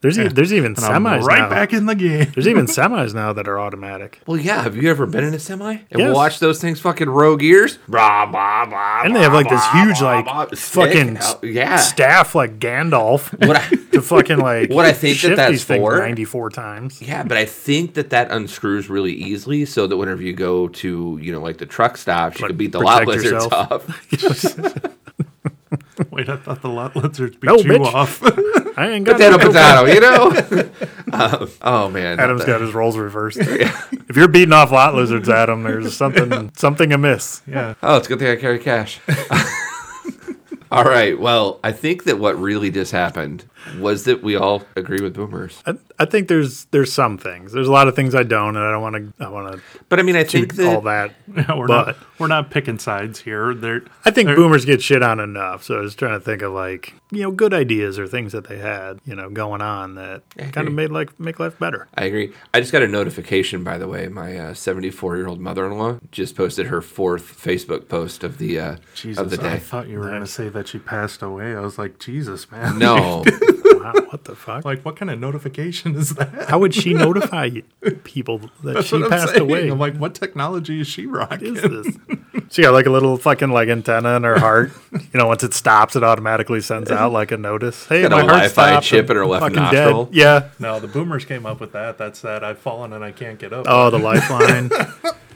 Speaker 1: there's, e- there's even
Speaker 2: and I'm
Speaker 1: semis
Speaker 2: right
Speaker 1: now.
Speaker 2: back in the game. (laughs)
Speaker 1: There's
Speaker 3: (laughs)
Speaker 1: even semis now that are automatic,
Speaker 3: Well, yeah. Have you ever been in a semi and
Speaker 1: Yes.
Speaker 3: watched those things fucking row gears? Blah blah blah.
Speaker 1: and they have like this
Speaker 3: blah,
Speaker 1: huge
Speaker 3: blah,
Speaker 1: like
Speaker 3: blah, stick
Speaker 1: fucking s-
Speaker 3: out. yeah.
Speaker 1: staff like Gandalf
Speaker 3: What I-
Speaker 1: (laughs) to fucking like
Speaker 3: What I think that
Speaker 1: shift
Speaker 3: that's
Speaker 1: these things
Speaker 3: for-
Speaker 1: 94 times. (laughs)
Speaker 3: Yeah, but I think that that unscrews really easily, so that whenever you go to you know like the truck stops, you
Speaker 1: Like,
Speaker 3: can beat the lot
Speaker 1: protect
Speaker 3: lizards
Speaker 1: yourself.
Speaker 3: up.
Speaker 2: Wait, I thought the lot lizards beat
Speaker 1: No,
Speaker 2: you
Speaker 1: bitch.
Speaker 2: off. (laughs)
Speaker 1: I ain't got
Speaker 3: potato,
Speaker 1: no-
Speaker 3: potato. You know. (laughs) Um, oh
Speaker 1: (laughs)
Speaker 3: man,
Speaker 1: Adam's
Speaker 3: The-
Speaker 1: got his roles
Speaker 3: (laughs)
Speaker 1: reversed. If you're beating off lot lizards, Adam, there's something something amiss.
Speaker 2: yeah,
Speaker 3: Oh, it's a good thing I carry cash. (laughs) all right. Well, I think that what really just happened was that we all agree with boomers.
Speaker 1: I, I think there's there's some things. There's a lot of things I don't, and I don't want to. I want
Speaker 3: But I mean, I
Speaker 1: to
Speaker 3: think that
Speaker 1: all that.
Speaker 2: we're
Speaker 1: But-
Speaker 2: not we're not picking sides here. There,
Speaker 1: I think boomers get shit on enough. So I was trying to think of like you know good ideas or things that they had you know going on that kind of
Speaker 3: agree.
Speaker 1: made like make life better.
Speaker 3: I agree. I just got a notification, by the way. My uh, seventy-four-year-old mother-in-law just posted her fourth Facebook post of the uh,
Speaker 2: Jesus,
Speaker 3: of the
Speaker 2: I
Speaker 3: day.
Speaker 2: thought you were going to say that she passed away. I was like, Jesus, man.
Speaker 3: (laughs) No,
Speaker 1: Wow, what the fuck?
Speaker 2: (laughs) Like, what kind of notification is that?
Speaker 1: How would she notify people that
Speaker 2: That's
Speaker 1: she
Speaker 2: what I'm
Speaker 1: passed
Speaker 2: saying.
Speaker 1: away?
Speaker 2: I'm like, what technology is she rocking?
Speaker 1: is this? She got like a little fucking like antenna in her heart. You know, once it stops, it automatically sends out like a notice. Hey,
Speaker 3: Got a
Speaker 1: my heart
Speaker 3: Wi-Fi
Speaker 1: stopped.
Speaker 3: chip
Speaker 1: I'm
Speaker 3: in her left
Speaker 1: fucking
Speaker 3: nostril.
Speaker 1: Dead. Yeah.
Speaker 2: No, the boomers came up with that. That's that. I've fallen and I can't get up.
Speaker 1: Oh, the
Speaker 3: (laughs)
Speaker 1: lifeline.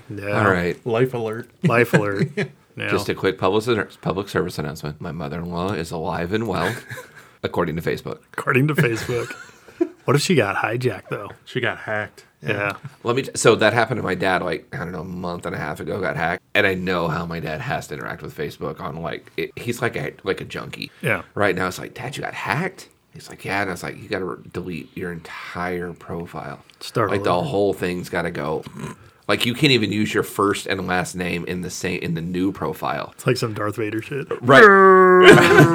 Speaker 1: yeah.
Speaker 3: all right.
Speaker 2: Life alert.
Speaker 1: Life alert. (laughs) Yeah.
Speaker 3: Just a quick public public service announcement. My mother-in-law is alive and well, according to Facebook.
Speaker 1: According to (laughs) Facebook. what if she got hijacked though?
Speaker 2: She got hacked.
Speaker 1: Yeah.
Speaker 3: Let me. T- so that happened to my dad like I don't know a month and a half ago. Got hacked, and I know how my dad has to interact with Facebook on like it, he's like a like a junkie.
Speaker 1: Yeah.
Speaker 3: Right now it's like Dad, you got hacked. He's like, yeah, and I was like, you got to re- delete your entire profile.
Speaker 1: Start
Speaker 3: like the
Speaker 1: over.
Speaker 3: whole thing's got to go. Like you can't even use your first and last name in the same in the new profile.
Speaker 1: It's like some Darth Vader shit.
Speaker 3: Oh, Right. (laughs)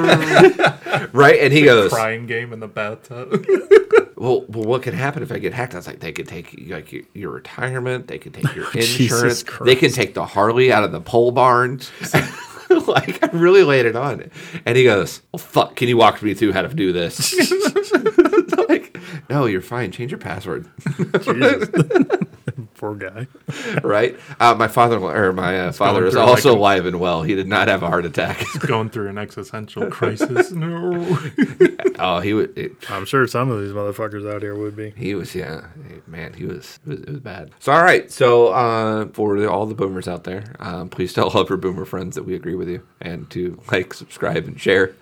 Speaker 3: right. And he goes,
Speaker 2: Crying game in
Speaker 1: (laughs)
Speaker 2: the bathtub.
Speaker 3: well, well, what could happen if I get hacked? I was like, they could take like your, your retirement, they
Speaker 2: (laughs)
Speaker 3: could take your
Speaker 2: Oh,
Speaker 1: Jesus
Speaker 3: insurance, they can
Speaker 1: Christ.
Speaker 3: take the Harley out of the pole barn. (laughs) like I really laid it on it. And he goes, "Well, fuck, can you walk me through how to do this?" (laughs) like, no, you're fine. Change your password, (laughs)
Speaker 1: Jesus. (laughs) Poor guy.
Speaker 3: right? Uh, my father or my uh, father
Speaker 2: going
Speaker 3: is
Speaker 2: through,
Speaker 3: also
Speaker 2: like, a-
Speaker 3: alive and well. He did not have a heart attack. (laughs)
Speaker 2: Going through an existential crisis. No.
Speaker 3: oh, he would. It,
Speaker 1: I'm sure some of these motherfuckers out here would be.
Speaker 3: He was, yeah, man, he was, it was, it was bad. So, all right, so uh, for the, all the boomers out there, um, please tell all of your boomer friends that we agree with you, and to like, subscribe, and share.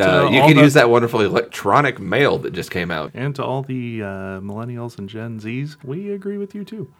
Speaker 2: And,
Speaker 3: uh,
Speaker 2: uh,
Speaker 3: you
Speaker 2: all
Speaker 3: can
Speaker 2: the-
Speaker 3: use that wonderful electronic mail that just came out.
Speaker 2: And to all the uh, millennials and Gen Zs, we agree with you too.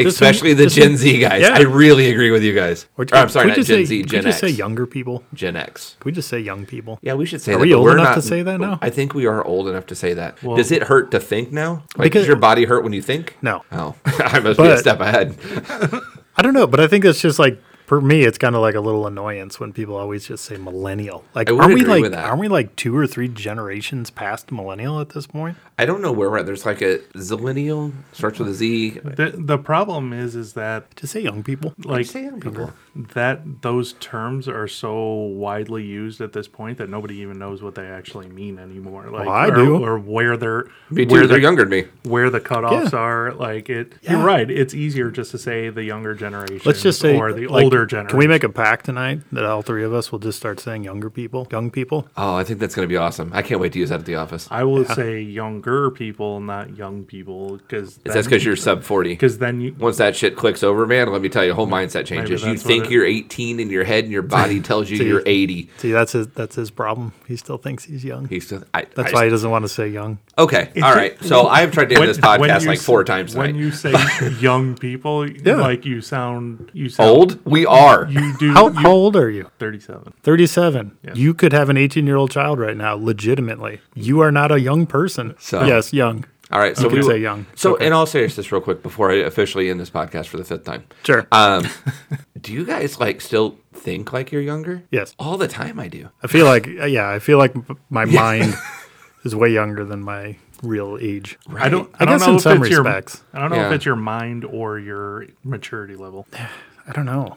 Speaker 3: Especially the Gen Z guys.
Speaker 1: yeah.
Speaker 3: I really agree with you guys. Or, I'm sorry,
Speaker 1: Could
Speaker 3: not
Speaker 1: we just say-
Speaker 3: Gen Z,
Speaker 1: could we
Speaker 3: Gen X.
Speaker 1: just say younger people?
Speaker 3: Gen X.
Speaker 1: Could we just say young people?
Speaker 3: Yeah, we should say
Speaker 1: Are
Speaker 3: that.
Speaker 1: we
Speaker 3: but
Speaker 1: old
Speaker 3: we're
Speaker 1: enough to
Speaker 3: not-
Speaker 1: say that now?
Speaker 3: I think we are old enough to say that.
Speaker 2: Well-
Speaker 3: Does it hurt to think now? Like, does
Speaker 1: Because-
Speaker 3: your body hurt when you think?
Speaker 1: No.
Speaker 3: Oh, (laughs) I must be a
Speaker 1: But-
Speaker 3: step ahead.
Speaker 1: I don't know, but I think it's just like for me, it's kind of like a little annoyance when people always just say millennial. Like,
Speaker 3: I would
Speaker 1: aren't we
Speaker 3: agree
Speaker 1: like
Speaker 3: with that.
Speaker 1: aren't we like two or three generations past millennial at this point?
Speaker 3: I don't know where we're at. There's like a zillennial starts with a Z.
Speaker 2: The, the problem is, is that
Speaker 1: To say young people,
Speaker 2: like
Speaker 3: Say young people.
Speaker 2: that those terms are so widely used at this point that nobody even knows what they actually mean anymore. Like
Speaker 1: I
Speaker 2: or,
Speaker 1: do.
Speaker 2: or where they're
Speaker 3: Me too.
Speaker 2: where
Speaker 3: They're
Speaker 2: the,
Speaker 3: younger than me.
Speaker 2: where the cutoffs
Speaker 1: Yeah.
Speaker 2: are. Like it,
Speaker 1: Yeah.
Speaker 2: you're right. It's easier just to say the younger generation.
Speaker 1: Let's just say
Speaker 2: or the
Speaker 1: like,
Speaker 2: older older generation.
Speaker 1: Can we make a pact tonight that all three of us will just start saying younger people, young people?
Speaker 3: Oh, I think that's going to be awesome. I can't wait to use that at the office.
Speaker 2: I will say younger people, not young people, because
Speaker 3: That's because you're sub 40.
Speaker 2: because then
Speaker 3: (laughs)
Speaker 2: you
Speaker 3: Once that shit clicks over, man, let me tell you, whole mindset changes. You
Speaker 2: that's what
Speaker 3: think
Speaker 2: it-
Speaker 3: you're 18 in your head, and
Speaker 2: (laughs)
Speaker 3: your body tells you you're 80.
Speaker 1: See, that's his that's his problem. He still thinks he's young.
Speaker 3: He's still, I,
Speaker 1: that's
Speaker 3: I-
Speaker 1: why he doesn't want to say young.
Speaker 3: Okay, all right.
Speaker 2: (laughs)
Speaker 3: So I've tried to end this podcast
Speaker 2: you
Speaker 3: like
Speaker 2: s-
Speaker 3: four times
Speaker 2: When
Speaker 3: tonight. (laughs)
Speaker 2: you say young people, like you sound you sound
Speaker 3: Old? We are.
Speaker 2: You do
Speaker 1: How,
Speaker 2: you-
Speaker 1: how old are you?
Speaker 2: 37.
Speaker 1: 37. You could have an 18 year old child right now, legitimately. You are not a young person.
Speaker 3: So-
Speaker 1: yes, young.
Speaker 3: All right, so
Speaker 1: could
Speaker 3: we
Speaker 1: say young.
Speaker 3: So, in all seriousness, real quick, before I officially end this podcast for the fifth time,
Speaker 1: Sure.
Speaker 3: um, do you guys like still think like you're younger?
Speaker 1: yes.
Speaker 3: all the time I do.
Speaker 1: I feel like, yeah, I feel like m- my
Speaker 3: (laughs)
Speaker 1: mind is way younger than my real age.
Speaker 2: I don't. I,
Speaker 1: I
Speaker 2: don't
Speaker 1: guess
Speaker 2: know
Speaker 1: in
Speaker 2: if
Speaker 1: some
Speaker 2: it's
Speaker 1: respects.
Speaker 2: your. I don't know if
Speaker 3: Yeah.
Speaker 2: it's your mind or your maturity level.
Speaker 1: I don't know.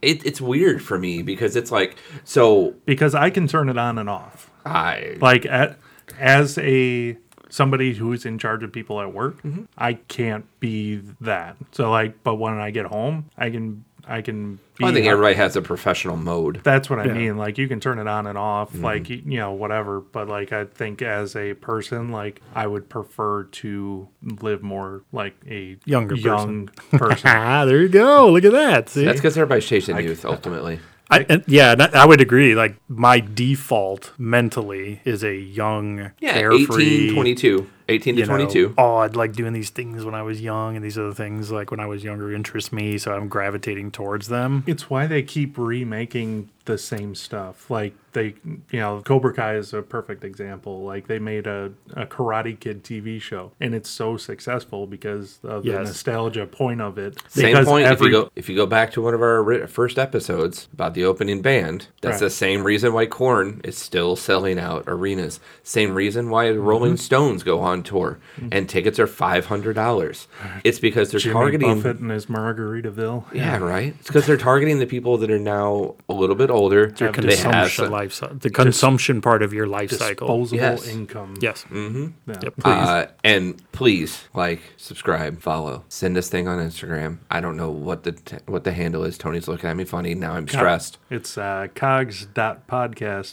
Speaker 3: It, it's weird for me because it's like so
Speaker 2: Because I can turn it on and off.
Speaker 3: I
Speaker 2: Like at, as a somebody who's in charge of people at work, I can't be that. So like, but when I get home, I can. I can. Be
Speaker 3: I think
Speaker 2: how-
Speaker 3: everybody has a professional mode.
Speaker 2: That's what I mean. Like you can turn it on and off, like you you know, whatever. But like I think as a person, like I would prefer to live more like a
Speaker 1: Younger
Speaker 2: young person.
Speaker 1: Ah, there you go. Look at that. See?
Speaker 3: That's because everybody's chasing youth ultimately.
Speaker 1: I, and yeah, and I I would agree. Like, my default mentally is a young,
Speaker 3: Yeah,
Speaker 1: carefree.
Speaker 3: 18, 22. 18 to
Speaker 1: you know,
Speaker 3: 22.
Speaker 1: oh, I'd like doing these things when I was young, and these other things like when I was younger interest me, so I'm gravitating towards them.
Speaker 2: It's why they keep remaking the same stuff. Like they, you know, Cobra Kai is a perfect example. Like they made a, a Karate Kid TV show, and it's so successful because of the
Speaker 1: Yes.
Speaker 2: nostalgia point of it.
Speaker 3: Same
Speaker 2: Because
Speaker 3: point.
Speaker 2: every-
Speaker 3: if you go if you go back to one of our ri- first episodes about the opening band, that's
Speaker 2: Right.
Speaker 3: the same reason why Corn is still selling out arenas. Same reason why Rolling Stones go on tour and tickets are five hundred dollars. It's because they're
Speaker 2: Jimmy
Speaker 3: targeting.
Speaker 2: Buffett and his Margaritaville.
Speaker 3: Yeah, right. It's because they're targeting the people that are now a little bit older.
Speaker 1: Your
Speaker 3: They have
Speaker 1: consumption
Speaker 3: some-
Speaker 1: life, the consumption part of your life cycle.
Speaker 2: Disposable
Speaker 3: Yes.
Speaker 2: income.
Speaker 1: Yes.
Speaker 2: Yeah.
Speaker 1: Yep.
Speaker 3: Uh, and please like, subscribe, follow, send us thing on Instagram. I don't know what the t- what the handle is. Tony's looking at me funny. Now I'm stressed.
Speaker 2: It's uh, cogs.podcast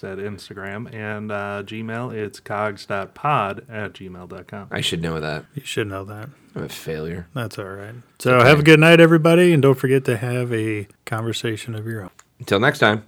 Speaker 2: at Instagram and uh, Gmail. It's cogs.pod at gmail.com.
Speaker 3: I should know that.
Speaker 1: You should know that.
Speaker 3: I'm a failure.
Speaker 1: That's all right. So have a good night, everybody, and don't forget to have a conversation of your own.
Speaker 3: Until next time.